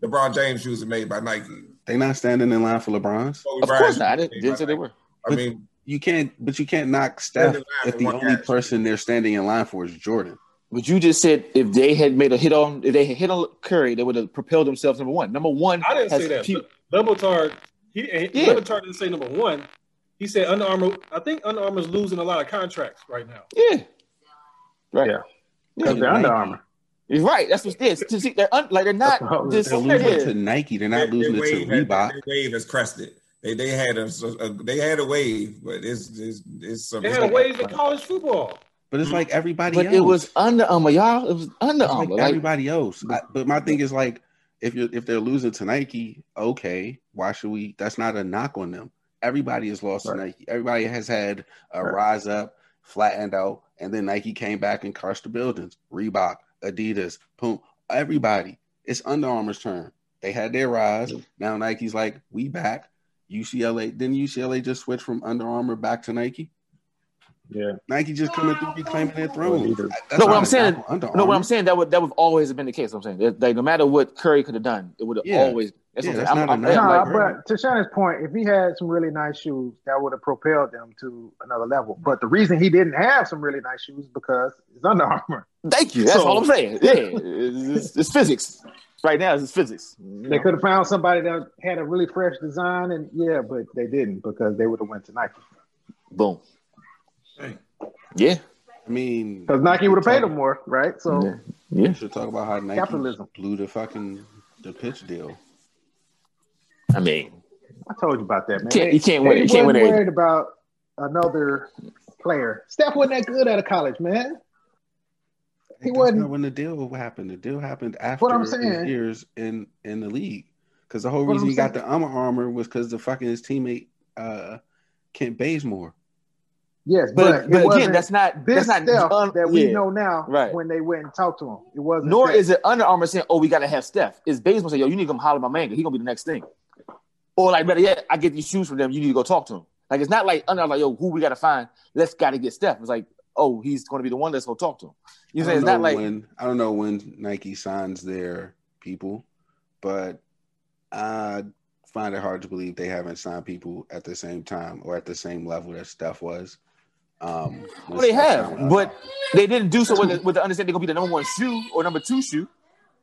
[SPEAKER 3] LeBron James shoes are made by Nike.
[SPEAKER 4] They not standing in line for LeBron's.
[SPEAKER 3] Kobe
[SPEAKER 6] Of
[SPEAKER 3] Bryant
[SPEAKER 6] course not. I
[SPEAKER 3] shoes
[SPEAKER 6] didn't,
[SPEAKER 3] made
[SPEAKER 6] didn't
[SPEAKER 3] by
[SPEAKER 6] say they
[SPEAKER 3] Nike.
[SPEAKER 6] were.
[SPEAKER 3] I mean,
[SPEAKER 4] You can't, but you can't knock Steph
[SPEAKER 3] Standing in line
[SPEAKER 4] if
[SPEAKER 3] for
[SPEAKER 4] the
[SPEAKER 3] one
[SPEAKER 4] only
[SPEAKER 3] guy.
[SPEAKER 4] person they're standing in line for is Jordan.
[SPEAKER 6] But you just said if they had made a hit on, if they had hit on Curry, they would have propelled themselves number one. Number one.
[SPEAKER 5] I didn't
[SPEAKER 6] has
[SPEAKER 5] say that.
[SPEAKER 6] peop-
[SPEAKER 5] Lebatard, he
[SPEAKER 6] Yeah.
[SPEAKER 5] yeah. didn't say number one. He said Under Armour. I think Under Armour's losing a lot of contracts right now.
[SPEAKER 6] yeah. Right.
[SPEAKER 2] Yeah.
[SPEAKER 6] Yeah.
[SPEAKER 2] Because they're Under Armour.
[SPEAKER 6] You're right. That's what it is. To see, they're un, like they're
[SPEAKER 2] That's
[SPEAKER 6] not
[SPEAKER 2] what I was
[SPEAKER 6] just
[SPEAKER 4] They're losing
[SPEAKER 6] yeah.
[SPEAKER 4] to Nike. They're not
[SPEAKER 3] they-
[SPEAKER 4] losing
[SPEAKER 3] they
[SPEAKER 4] it to
[SPEAKER 3] wave had-
[SPEAKER 4] Reebok.
[SPEAKER 3] They wave has crested. They they had a, a- they had a wave, but it's it's it's
[SPEAKER 5] They
[SPEAKER 3] something.
[SPEAKER 5] had a wave in college football.
[SPEAKER 4] But it's like everybody
[SPEAKER 6] But
[SPEAKER 4] else.
[SPEAKER 6] it was Under Armour, y'all. It was Under
[SPEAKER 4] It's like
[SPEAKER 6] Armour. Like,
[SPEAKER 4] everybody else. I- but my thing is like, if you are if they're losing to Nike, okay, why should we? That's not a knock on them. Everybody has lost to
[SPEAKER 2] Right.
[SPEAKER 4] Nike. Everybody has had a
[SPEAKER 2] Right.
[SPEAKER 4] rise up, flattened out, and then Nike came back and crushed the buildings. Reebok, Adidas, Puma, everybody. It's Under Armour's turn. They had their rise. Now Nike's like, we back. UCLA. Didn't UCLA just switch from Under Armour back to Nike?
[SPEAKER 2] Yeah.
[SPEAKER 4] Nike just coming through reclaiming their throne.
[SPEAKER 2] Adidas.
[SPEAKER 4] That's
[SPEAKER 6] No, what
[SPEAKER 4] not
[SPEAKER 6] I'm
[SPEAKER 4] a
[SPEAKER 6] saying-
[SPEAKER 4] knock on Under
[SPEAKER 6] No, what I'm
[SPEAKER 4] Armour.
[SPEAKER 6] saying that would that would always have been the case. I'm saying that, like, no matter what Curry could have done, it would have
[SPEAKER 4] Yeah.
[SPEAKER 6] always. That's
[SPEAKER 4] Yeah,
[SPEAKER 6] what I'm
[SPEAKER 4] that's
[SPEAKER 6] saying. I'm,
[SPEAKER 4] not
[SPEAKER 6] I'm,
[SPEAKER 4] a
[SPEAKER 6] I'm
[SPEAKER 4] knock.
[SPEAKER 6] like,
[SPEAKER 4] like-
[SPEAKER 2] No, but to Shannon's point, if he had some really nice shoes, that would have propelled them to another level. But the reason he didn't have some really nice shoes because it's Under Armour.
[SPEAKER 6] Thank you. That's
[SPEAKER 2] So-
[SPEAKER 6] all I'm saying. Yeah, it's, it's, it's physics. Right now, it's physics. You
[SPEAKER 2] They
[SPEAKER 6] know?
[SPEAKER 2] could have found somebody that had a really fresh design, and yeah, but they didn't because they would have went to Nike
[SPEAKER 6] Boom.
[SPEAKER 5] Dang.
[SPEAKER 6] Yeah,
[SPEAKER 4] I mean,
[SPEAKER 2] because Nike would have paid them more, right? So
[SPEAKER 6] Yeah. yeah.
[SPEAKER 4] We should talk about how Nike
[SPEAKER 2] capitalism.
[SPEAKER 4] blew the fucking the pitch deal.
[SPEAKER 6] I mean,
[SPEAKER 2] I told you about that, man.
[SPEAKER 6] Can't- you can't
[SPEAKER 2] They
[SPEAKER 6] win it. You can't win
[SPEAKER 2] wasn't
[SPEAKER 6] it.
[SPEAKER 2] Worried about another player. Steph wasn't that good out of college, man. He
[SPEAKER 4] That's
[SPEAKER 2] wasn't-
[SPEAKER 4] not when the deal happened. The deal happened after
[SPEAKER 2] What I'm
[SPEAKER 4] his
[SPEAKER 2] saying.
[SPEAKER 4] years in in the league. Because the whole
[SPEAKER 2] What
[SPEAKER 4] reason
[SPEAKER 2] I'm
[SPEAKER 4] he got the Under Armour was because the fucking his teammate uh Kent Bazemore.
[SPEAKER 2] Yes, but,
[SPEAKER 6] but
[SPEAKER 2] it
[SPEAKER 6] but, again,
[SPEAKER 2] wasn't
[SPEAKER 6] that's not
[SPEAKER 2] this
[SPEAKER 6] that's not
[SPEAKER 2] Steph
[SPEAKER 6] un-
[SPEAKER 2] that we
[SPEAKER 6] yeah.
[SPEAKER 2] know now.
[SPEAKER 6] Right.
[SPEAKER 2] When they went and talked to him, it wasn't.
[SPEAKER 6] Nor
[SPEAKER 2] Steph.
[SPEAKER 6] is it Under Armour saying, "Oh, we gotta have Steph." It's Baseball saying, "Yo, you need to come holler at my man. 'cause He gonna be the next thing." Or like better yet, I get these shoes from them. You need to go talk to him. Like it's not like Under Armour, like, "Yo, who we gotta find? Let's gotta get Steph." It's like, "Oh, he's gonna be the one. Let's go talk to him." You know,
[SPEAKER 4] I
[SPEAKER 6] what I'm saying? it's
[SPEAKER 4] don't
[SPEAKER 6] not like
[SPEAKER 4] when I don't know when Nike signs their people, but I find it hard to believe they haven't signed people at the same time or at the same level that Steph was. Um,
[SPEAKER 6] well, they
[SPEAKER 4] when Steph signed with
[SPEAKER 6] have, but they didn't do so with the, with the understanding they're gonna be the number one shoe or number two shoe.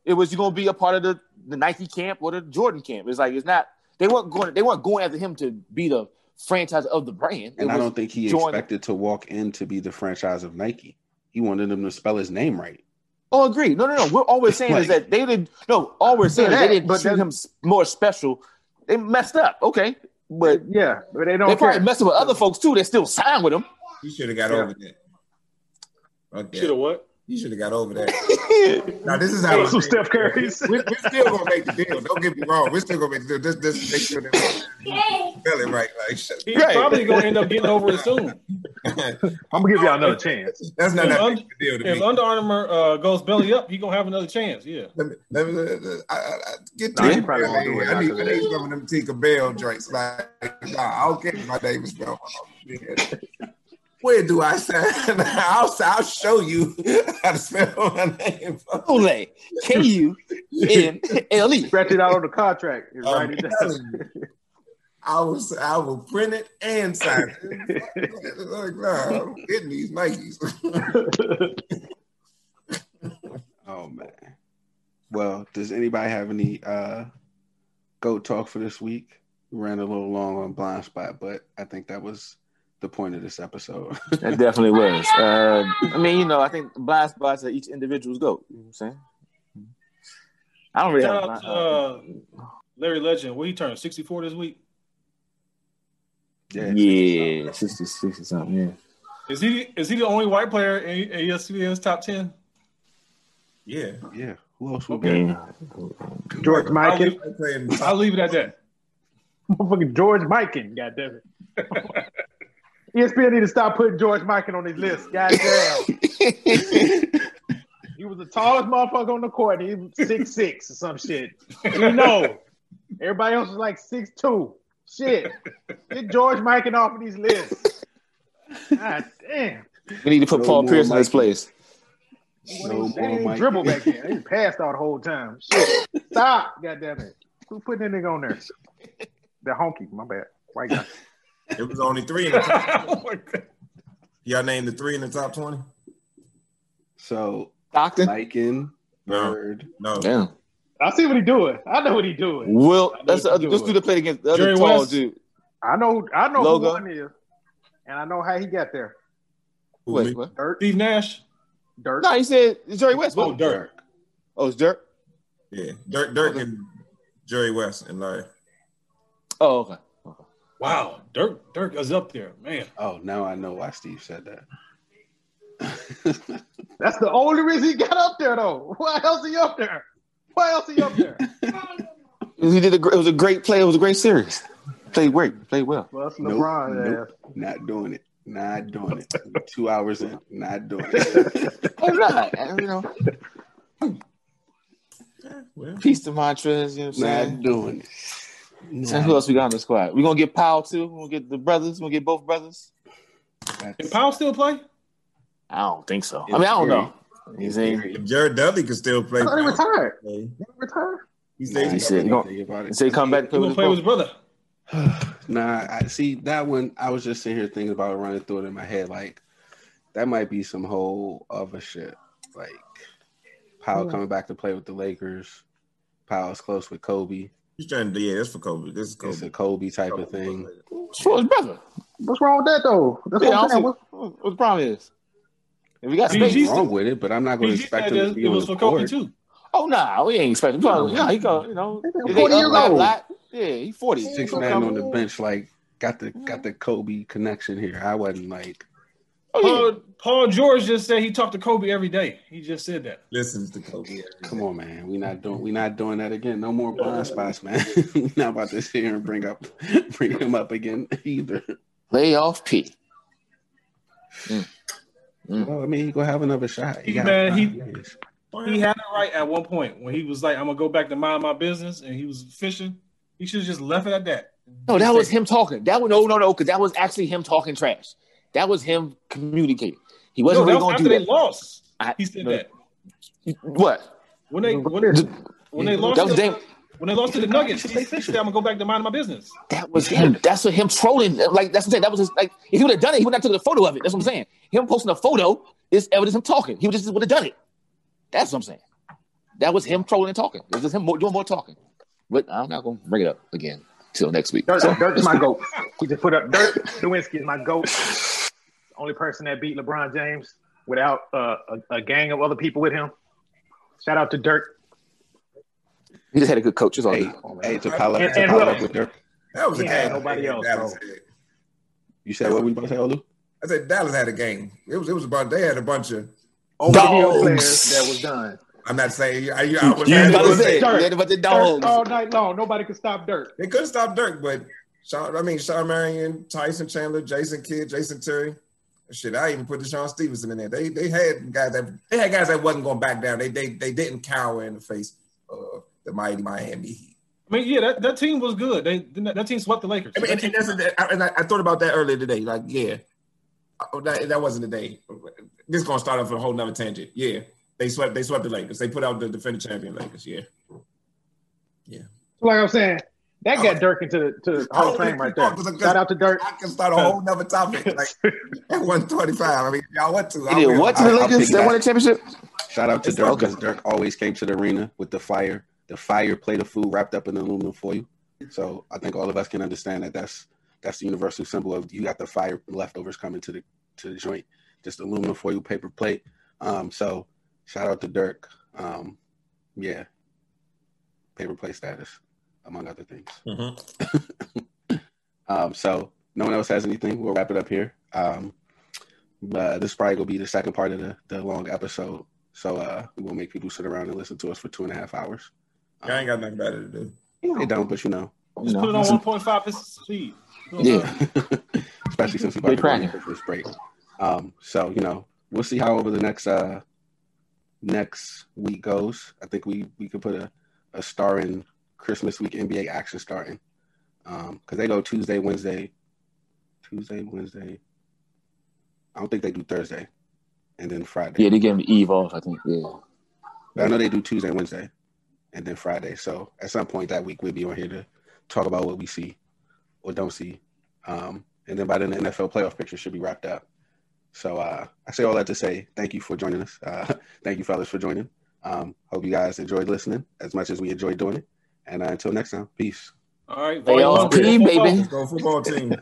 [SPEAKER 6] It was you're gonna be a part of the, the Nike camp or the Jordan camp. It's like it's not they weren't going they weren't going after him to be the franchise of the brand. It
[SPEAKER 4] And I
[SPEAKER 6] was-
[SPEAKER 4] don't think he
[SPEAKER 6] join-
[SPEAKER 4] expected to walk in to be the franchise of Nike. He wanted them to spell his name right.
[SPEAKER 6] Oh, agree. No, no, no. We're all we're saying is
[SPEAKER 4] Like-
[SPEAKER 6] that they didn't. No, all we're saying is
[SPEAKER 2] Yeah,
[SPEAKER 6] they didn't
[SPEAKER 2] but
[SPEAKER 6] treat
[SPEAKER 2] then-
[SPEAKER 6] him s- more special. They messed up. Okay, but
[SPEAKER 2] Yeah, but they
[SPEAKER 6] they
[SPEAKER 2] don't
[SPEAKER 6] probably
[SPEAKER 2] care.
[SPEAKER 6] messed up with other folks too. They still signed with him.
[SPEAKER 3] You should have got
[SPEAKER 2] Yeah.
[SPEAKER 3] over that. Okay.
[SPEAKER 5] Should have what?
[SPEAKER 3] You should have got over that. Now this is how
[SPEAKER 2] That's what Steph Curry said.
[SPEAKER 3] We're, we're still gonna make the deal. Don't get me wrong. We're still gonna make the deal. Just, just make sure that we spell it right. Like shut-
[SPEAKER 5] He's
[SPEAKER 6] Right.
[SPEAKER 5] probably gonna end up getting over it soon.
[SPEAKER 2] I'm gonna give y'all another chance.
[SPEAKER 3] that's not that
[SPEAKER 5] If
[SPEAKER 3] big of a deal to
[SPEAKER 5] If
[SPEAKER 3] me.
[SPEAKER 5] Under Armour uh, goes belly up, he gonna have another chance. Yeah.
[SPEAKER 3] Let me, let me, let me- I, I, I- get
[SPEAKER 2] Nah,
[SPEAKER 3] to
[SPEAKER 2] you probably won't do it
[SPEAKER 3] I need,
[SPEAKER 2] after
[SPEAKER 3] I need some of them Tinker Bell drinks. Like, nah, I don't care if my name is spelled wrong. Yeah. Where do I sign? I'll, I'll show you how to spell my name.
[SPEAKER 6] Ole, K U N L E.
[SPEAKER 2] Scratch it out on the contract and
[SPEAKER 3] I'm
[SPEAKER 2] write it down.
[SPEAKER 3] telling you. I was I will print it and sign it. like, nah, I'm getting these Nikes.
[SPEAKER 4] Oh man. Well, does anybody have any uh goat talk for this week? ran a little long on blind spot, but I think that was the point of this episode.
[SPEAKER 6] That definitely was. Uh, I mean, you know, I think blind spots are each individual's goat. You know what I'm saying? I don't really have
[SPEAKER 5] Shout
[SPEAKER 6] a
[SPEAKER 5] out to
[SPEAKER 6] blind-
[SPEAKER 5] uh, Larry Legend. What he turned 64 this week?
[SPEAKER 4] yeah.
[SPEAKER 6] yeah, 66 or something. Yeah.
[SPEAKER 5] Is he is he the only white player in, in ESPN's top 10?
[SPEAKER 3] Yeah,
[SPEAKER 4] Yeah. Who else would
[SPEAKER 5] Okay.
[SPEAKER 4] be?
[SPEAKER 6] Yeah.
[SPEAKER 2] George
[SPEAKER 5] I'll
[SPEAKER 2] Mikan.
[SPEAKER 5] leave,
[SPEAKER 3] I playing
[SPEAKER 5] I'll leave it at that.
[SPEAKER 2] Motherfucking George Mikan. E God damn it. ESPN need to stop putting George Mikan on his list. God damn. he was the tallest motherfucker on the court. He was six six or some shit. You know. Everybody else was like six two. Shit. Get George Mikan off of these lists. God damn.
[SPEAKER 6] We need to put
[SPEAKER 4] No
[SPEAKER 6] Paul
[SPEAKER 4] more
[SPEAKER 6] Pierce in this place.
[SPEAKER 2] They
[SPEAKER 4] No
[SPEAKER 2] didn't
[SPEAKER 4] more
[SPEAKER 2] even
[SPEAKER 4] Mike.
[SPEAKER 2] dribble back then. They just passed out the whole time. Shit. Stop. God damn it. Who put that nigga on there? The honky. My bad. White guy.
[SPEAKER 3] It was only three. In the top.
[SPEAKER 5] Oh my God.
[SPEAKER 3] Y'all named the three in the top twenty.
[SPEAKER 4] So
[SPEAKER 6] Stockton?
[SPEAKER 4] Lycan,
[SPEAKER 3] No.
[SPEAKER 4] Bird,
[SPEAKER 3] No,
[SPEAKER 6] Damn.
[SPEAKER 2] I see what he doing. I know what he doing.
[SPEAKER 6] Will,
[SPEAKER 2] I know
[SPEAKER 6] that's the
[SPEAKER 2] what
[SPEAKER 6] other,
[SPEAKER 2] you're
[SPEAKER 6] let's do
[SPEAKER 2] doing.
[SPEAKER 6] the play against the other
[SPEAKER 5] Jerry
[SPEAKER 6] tall
[SPEAKER 5] West?
[SPEAKER 6] dude.
[SPEAKER 2] I know. I know
[SPEAKER 6] Logo.
[SPEAKER 2] who one is, and I know how he got there.
[SPEAKER 3] Who me?
[SPEAKER 6] Wait, what?
[SPEAKER 2] Dirt.
[SPEAKER 5] Steve Nash.
[SPEAKER 2] Dirt.
[SPEAKER 6] No, he said Jerry West.
[SPEAKER 5] Oh, Dirk.
[SPEAKER 6] Oh, it's Dirk?
[SPEAKER 3] Yeah, Dirk, Dirk, and Jerry West and Larry.
[SPEAKER 6] Oh, okay.
[SPEAKER 5] Wow, Dirk Dirk is up there, man.
[SPEAKER 4] Oh, now I know why Steve said that.
[SPEAKER 2] That's the only reason he got up there, though. Why else he up there? Why else he up there?
[SPEAKER 6] He did a, gr- it was a great play. It was a great series. Played great. Played well.
[SPEAKER 2] Well, that's
[SPEAKER 4] Nope,
[SPEAKER 2] LeBron.
[SPEAKER 4] nope. not doing it. Not doing it. Two hours in. Not doing it.
[SPEAKER 6] I'm not. I- You know,
[SPEAKER 3] Well,
[SPEAKER 6] peace to Montrez. You know what I'm
[SPEAKER 4] not
[SPEAKER 6] saying?
[SPEAKER 4] doing it.
[SPEAKER 6] So who else we got on the squad? We're gonna get Powell too. We're gonna get the brothers. We're gonna get both brothers.
[SPEAKER 5] Can Powell still play?
[SPEAKER 6] I don't think so. I
[SPEAKER 4] In
[SPEAKER 6] mean, I don't
[SPEAKER 4] theory.
[SPEAKER 6] know. He's in.
[SPEAKER 3] if Jared Dudley could still play.
[SPEAKER 2] I thought he retired.
[SPEAKER 3] He
[SPEAKER 2] Did he retire?
[SPEAKER 3] says
[SPEAKER 6] Nah, he
[SPEAKER 3] he's
[SPEAKER 6] said-
[SPEAKER 4] Don't think about
[SPEAKER 6] He
[SPEAKER 4] it.
[SPEAKER 6] said come back and
[SPEAKER 5] He
[SPEAKER 6] play
[SPEAKER 5] gonna
[SPEAKER 6] with,
[SPEAKER 5] play with his
[SPEAKER 6] with
[SPEAKER 5] brother.
[SPEAKER 4] nah, I see that one. I was just sitting here thinking about it, running through it in my head. Like that might be some whole other shit. Like Powell coming back to play with the Lakers. Powell's close with Kobe.
[SPEAKER 3] he's trying to. Yeah, that's for Kobe. This is
[SPEAKER 4] It's a
[SPEAKER 3] Kobe.
[SPEAKER 4] Kobe type of thing.
[SPEAKER 6] Sure, his brother.
[SPEAKER 2] What's wrong with that though? That's
[SPEAKER 6] Yeah, I
[SPEAKER 2] what I'm
[SPEAKER 6] don't see
[SPEAKER 2] saying.
[SPEAKER 6] what,
[SPEAKER 2] What-
[SPEAKER 6] what the problem is. If we got
[SPEAKER 5] PG
[SPEAKER 6] space,
[SPEAKER 4] Nothing wrong with it, but I'm not going to
[SPEAKER 5] PG
[SPEAKER 4] expect
[SPEAKER 5] said
[SPEAKER 4] him to
[SPEAKER 5] that
[SPEAKER 4] be
[SPEAKER 5] it
[SPEAKER 4] on
[SPEAKER 5] was
[SPEAKER 4] the
[SPEAKER 5] for Kobe
[SPEAKER 4] court.
[SPEAKER 5] too.
[SPEAKER 6] oh nah, we ain't expecting. No, nah, he go. You know,
[SPEAKER 2] They think
[SPEAKER 6] if they
[SPEAKER 2] 40 year
[SPEAKER 6] up that
[SPEAKER 2] old.
[SPEAKER 6] lot, yeah, he forty.
[SPEAKER 4] Six
[SPEAKER 6] He gonna
[SPEAKER 4] man
[SPEAKER 6] come-
[SPEAKER 4] on the bench, like got the got the Kobe connection here. I wasn't like
[SPEAKER 6] Oh, yeah.
[SPEAKER 5] Paul, Paul George just said he talked to Kobe every day. He just said that.
[SPEAKER 3] Listens to Kobe.
[SPEAKER 4] Come on, man. We not doing we not doing that again. No more blind spots, man. we not about to sit here and bring up bring him up again either.
[SPEAKER 6] Playoff P.
[SPEAKER 4] Well, I mean, he gonna have another shot.
[SPEAKER 5] He man,
[SPEAKER 4] five
[SPEAKER 5] he-
[SPEAKER 4] years.
[SPEAKER 5] He had it right at one point when he was like, "I'm gonna go back to mind my business," and he was fishing. He should have just left it at that.
[SPEAKER 6] No, that was him talking. That was no, no, no, because that was actually him talking trash. That was him communicating. He
[SPEAKER 5] No,
[SPEAKER 6] wasn't
[SPEAKER 5] that was
[SPEAKER 6] really going to
[SPEAKER 5] after
[SPEAKER 6] do
[SPEAKER 5] they
[SPEAKER 6] that.
[SPEAKER 5] lost.
[SPEAKER 6] I-
[SPEAKER 5] He said
[SPEAKER 6] no.
[SPEAKER 5] that
[SPEAKER 6] What?
[SPEAKER 5] when they when, when they
[SPEAKER 4] That
[SPEAKER 5] lost
[SPEAKER 6] That was
[SPEAKER 5] to,
[SPEAKER 6] damn,
[SPEAKER 5] when they lost to the Nuggets. He, he said, "I'm gonna go back to mind my business."
[SPEAKER 6] That was him. That's what him trolling. Like that's what I'm saying. That was his, like if he would have done it, he would not took a photo of it. That's what I'm saying. Him posting a photo is evidence of him talking. He would just would have done it. That's what I'm saying. That was him trolling and talking. It was just him more, doing more talking. But I'm not gonna bring it up again till next week.
[SPEAKER 2] Dirt,
[SPEAKER 6] So,
[SPEAKER 2] Dirt's my goat. He just put up Dirt. Lewinsky is my goat. Only person that beat LeBron James without uh, a, a gang of other people with him. Shout out to Dirt.
[SPEAKER 6] he just had a good coach. It's all Oh,
[SPEAKER 4] Hey,
[SPEAKER 6] good.
[SPEAKER 4] hey, to pile up,
[SPEAKER 2] And-
[SPEAKER 4] to
[SPEAKER 2] and
[SPEAKER 4] pile
[SPEAKER 2] look-
[SPEAKER 4] up with Dirk.
[SPEAKER 3] That was a
[SPEAKER 2] He
[SPEAKER 3] game.
[SPEAKER 2] had nobody else,
[SPEAKER 3] Dallas
[SPEAKER 2] though.
[SPEAKER 3] had.
[SPEAKER 4] You said what we about to say, Olu?
[SPEAKER 3] I said Dallas had a game. It was it was about they had a bunch of.
[SPEAKER 2] Only video
[SPEAKER 6] Dogs.
[SPEAKER 2] players that was done.
[SPEAKER 3] I'm not saying I, I was.
[SPEAKER 6] You
[SPEAKER 3] I
[SPEAKER 6] gotta
[SPEAKER 3] was
[SPEAKER 6] say
[SPEAKER 3] saying,
[SPEAKER 6] it.
[SPEAKER 2] Dirt.
[SPEAKER 6] Let about the
[SPEAKER 2] Dirt
[SPEAKER 6] dogs.
[SPEAKER 2] all night long. Nobody could stop Dirt.
[SPEAKER 3] they couldn't stop Dirk, but Sean, I mean Sean Marion, Tyson Chandler, Jason Kidd, Jason Terry. Shit, I even put Deshaun Stevenson in there. They they had guys that they had guys that wasn't going back down. They they they didn't cower in the face of the mighty Miami Heat.
[SPEAKER 5] I mean, yeah, that, that team was good. They that team swept the Lakers.
[SPEAKER 3] I mean, and, and that's I, and I, I thought about that earlier today. Like, yeah, oh, that, that wasn't the day. This is gonna start off a whole nother tangent. Yeah, they swept. They swept the Lakers. They put out the defending champion Lakers. Yeah,
[SPEAKER 2] Like I'm saying, that got Dirk into the to the
[SPEAKER 6] Oh,
[SPEAKER 2] Hall of Fame right there. Shout out to Dirk.
[SPEAKER 3] I can start a whole nother topic. Like at one twenty-five. I mean, y'all want to?
[SPEAKER 6] He did what to
[SPEAKER 4] I-
[SPEAKER 6] the
[SPEAKER 4] I'll
[SPEAKER 6] Lakers
[SPEAKER 4] take
[SPEAKER 6] that
[SPEAKER 4] that.
[SPEAKER 6] won the championship?
[SPEAKER 4] Shout out to
[SPEAKER 6] It's
[SPEAKER 4] Dirk
[SPEAKER 6] okay.
[SPEAKER 4] because Dirk always came to the arena with the fire, the fire plate of food wrapped up in aluminum foil. So I think all of us can understand that that's that's the universal symbol of you got the fire leftovers coming to the to the joint. Just aluminum foil paper plate. Um, so shout out to Dirk. Um, yeah, paper plate status, among other things. Um, so no one else has anything. We'll wrap it up here. Um, but this probably gonna be the second part of the, the long episode. So uh, we will make people sit around and listen to us for two and a half hours. Um,
[SPEAKER 3] I ain't got nothing better to do.
[SPEAKER 4] they don't, but you know,
[SPEAKER 6] You
[SPEAKER 5] Just
[SPEAKER 6] know,
[SPEAKER 5] put it on one point five speed. Put it on-
[SPEAKER 6] Yeah.
[SPEAKER 4] Uh, especially since we
[SPEAKER 6] They
[SPEAKER 4] about to go
[SPEAKER 6] trying.
[SPEAKER 4] into this break. Um, so you know, we'll see how over the next uh next week goes. I think we we could put a a star in Christmas week NBA action starting because they go Tuesday, Wednesday, Tuesday, Wednesday. I don't think they do Thursday, and then Friday.
[SPEAKER 6] yeah, they gave him Eve off. I think. Yeah.
[SPEAKER 4] But I know they do Tuesday, Wednesday, and then Friday. So at some point that week, we'll be on here to talk about what we see or don't see. Um, and then by then, the NFL playoff picture should be wrapped up. So uh, I say all that to say thank you for joining us. Uh, thank you, fellas, for joining. Um, hope you guys enjoyed listening as much as we enjoyed doing it. And uh, until next time, peace.
[SPEAKER 5] All right,
[SPEAKER 6] They all
[SPEAKER 5] volume up.
[SPEAKER 6] team, baby.
[SPEAKER 3] Let's go football team.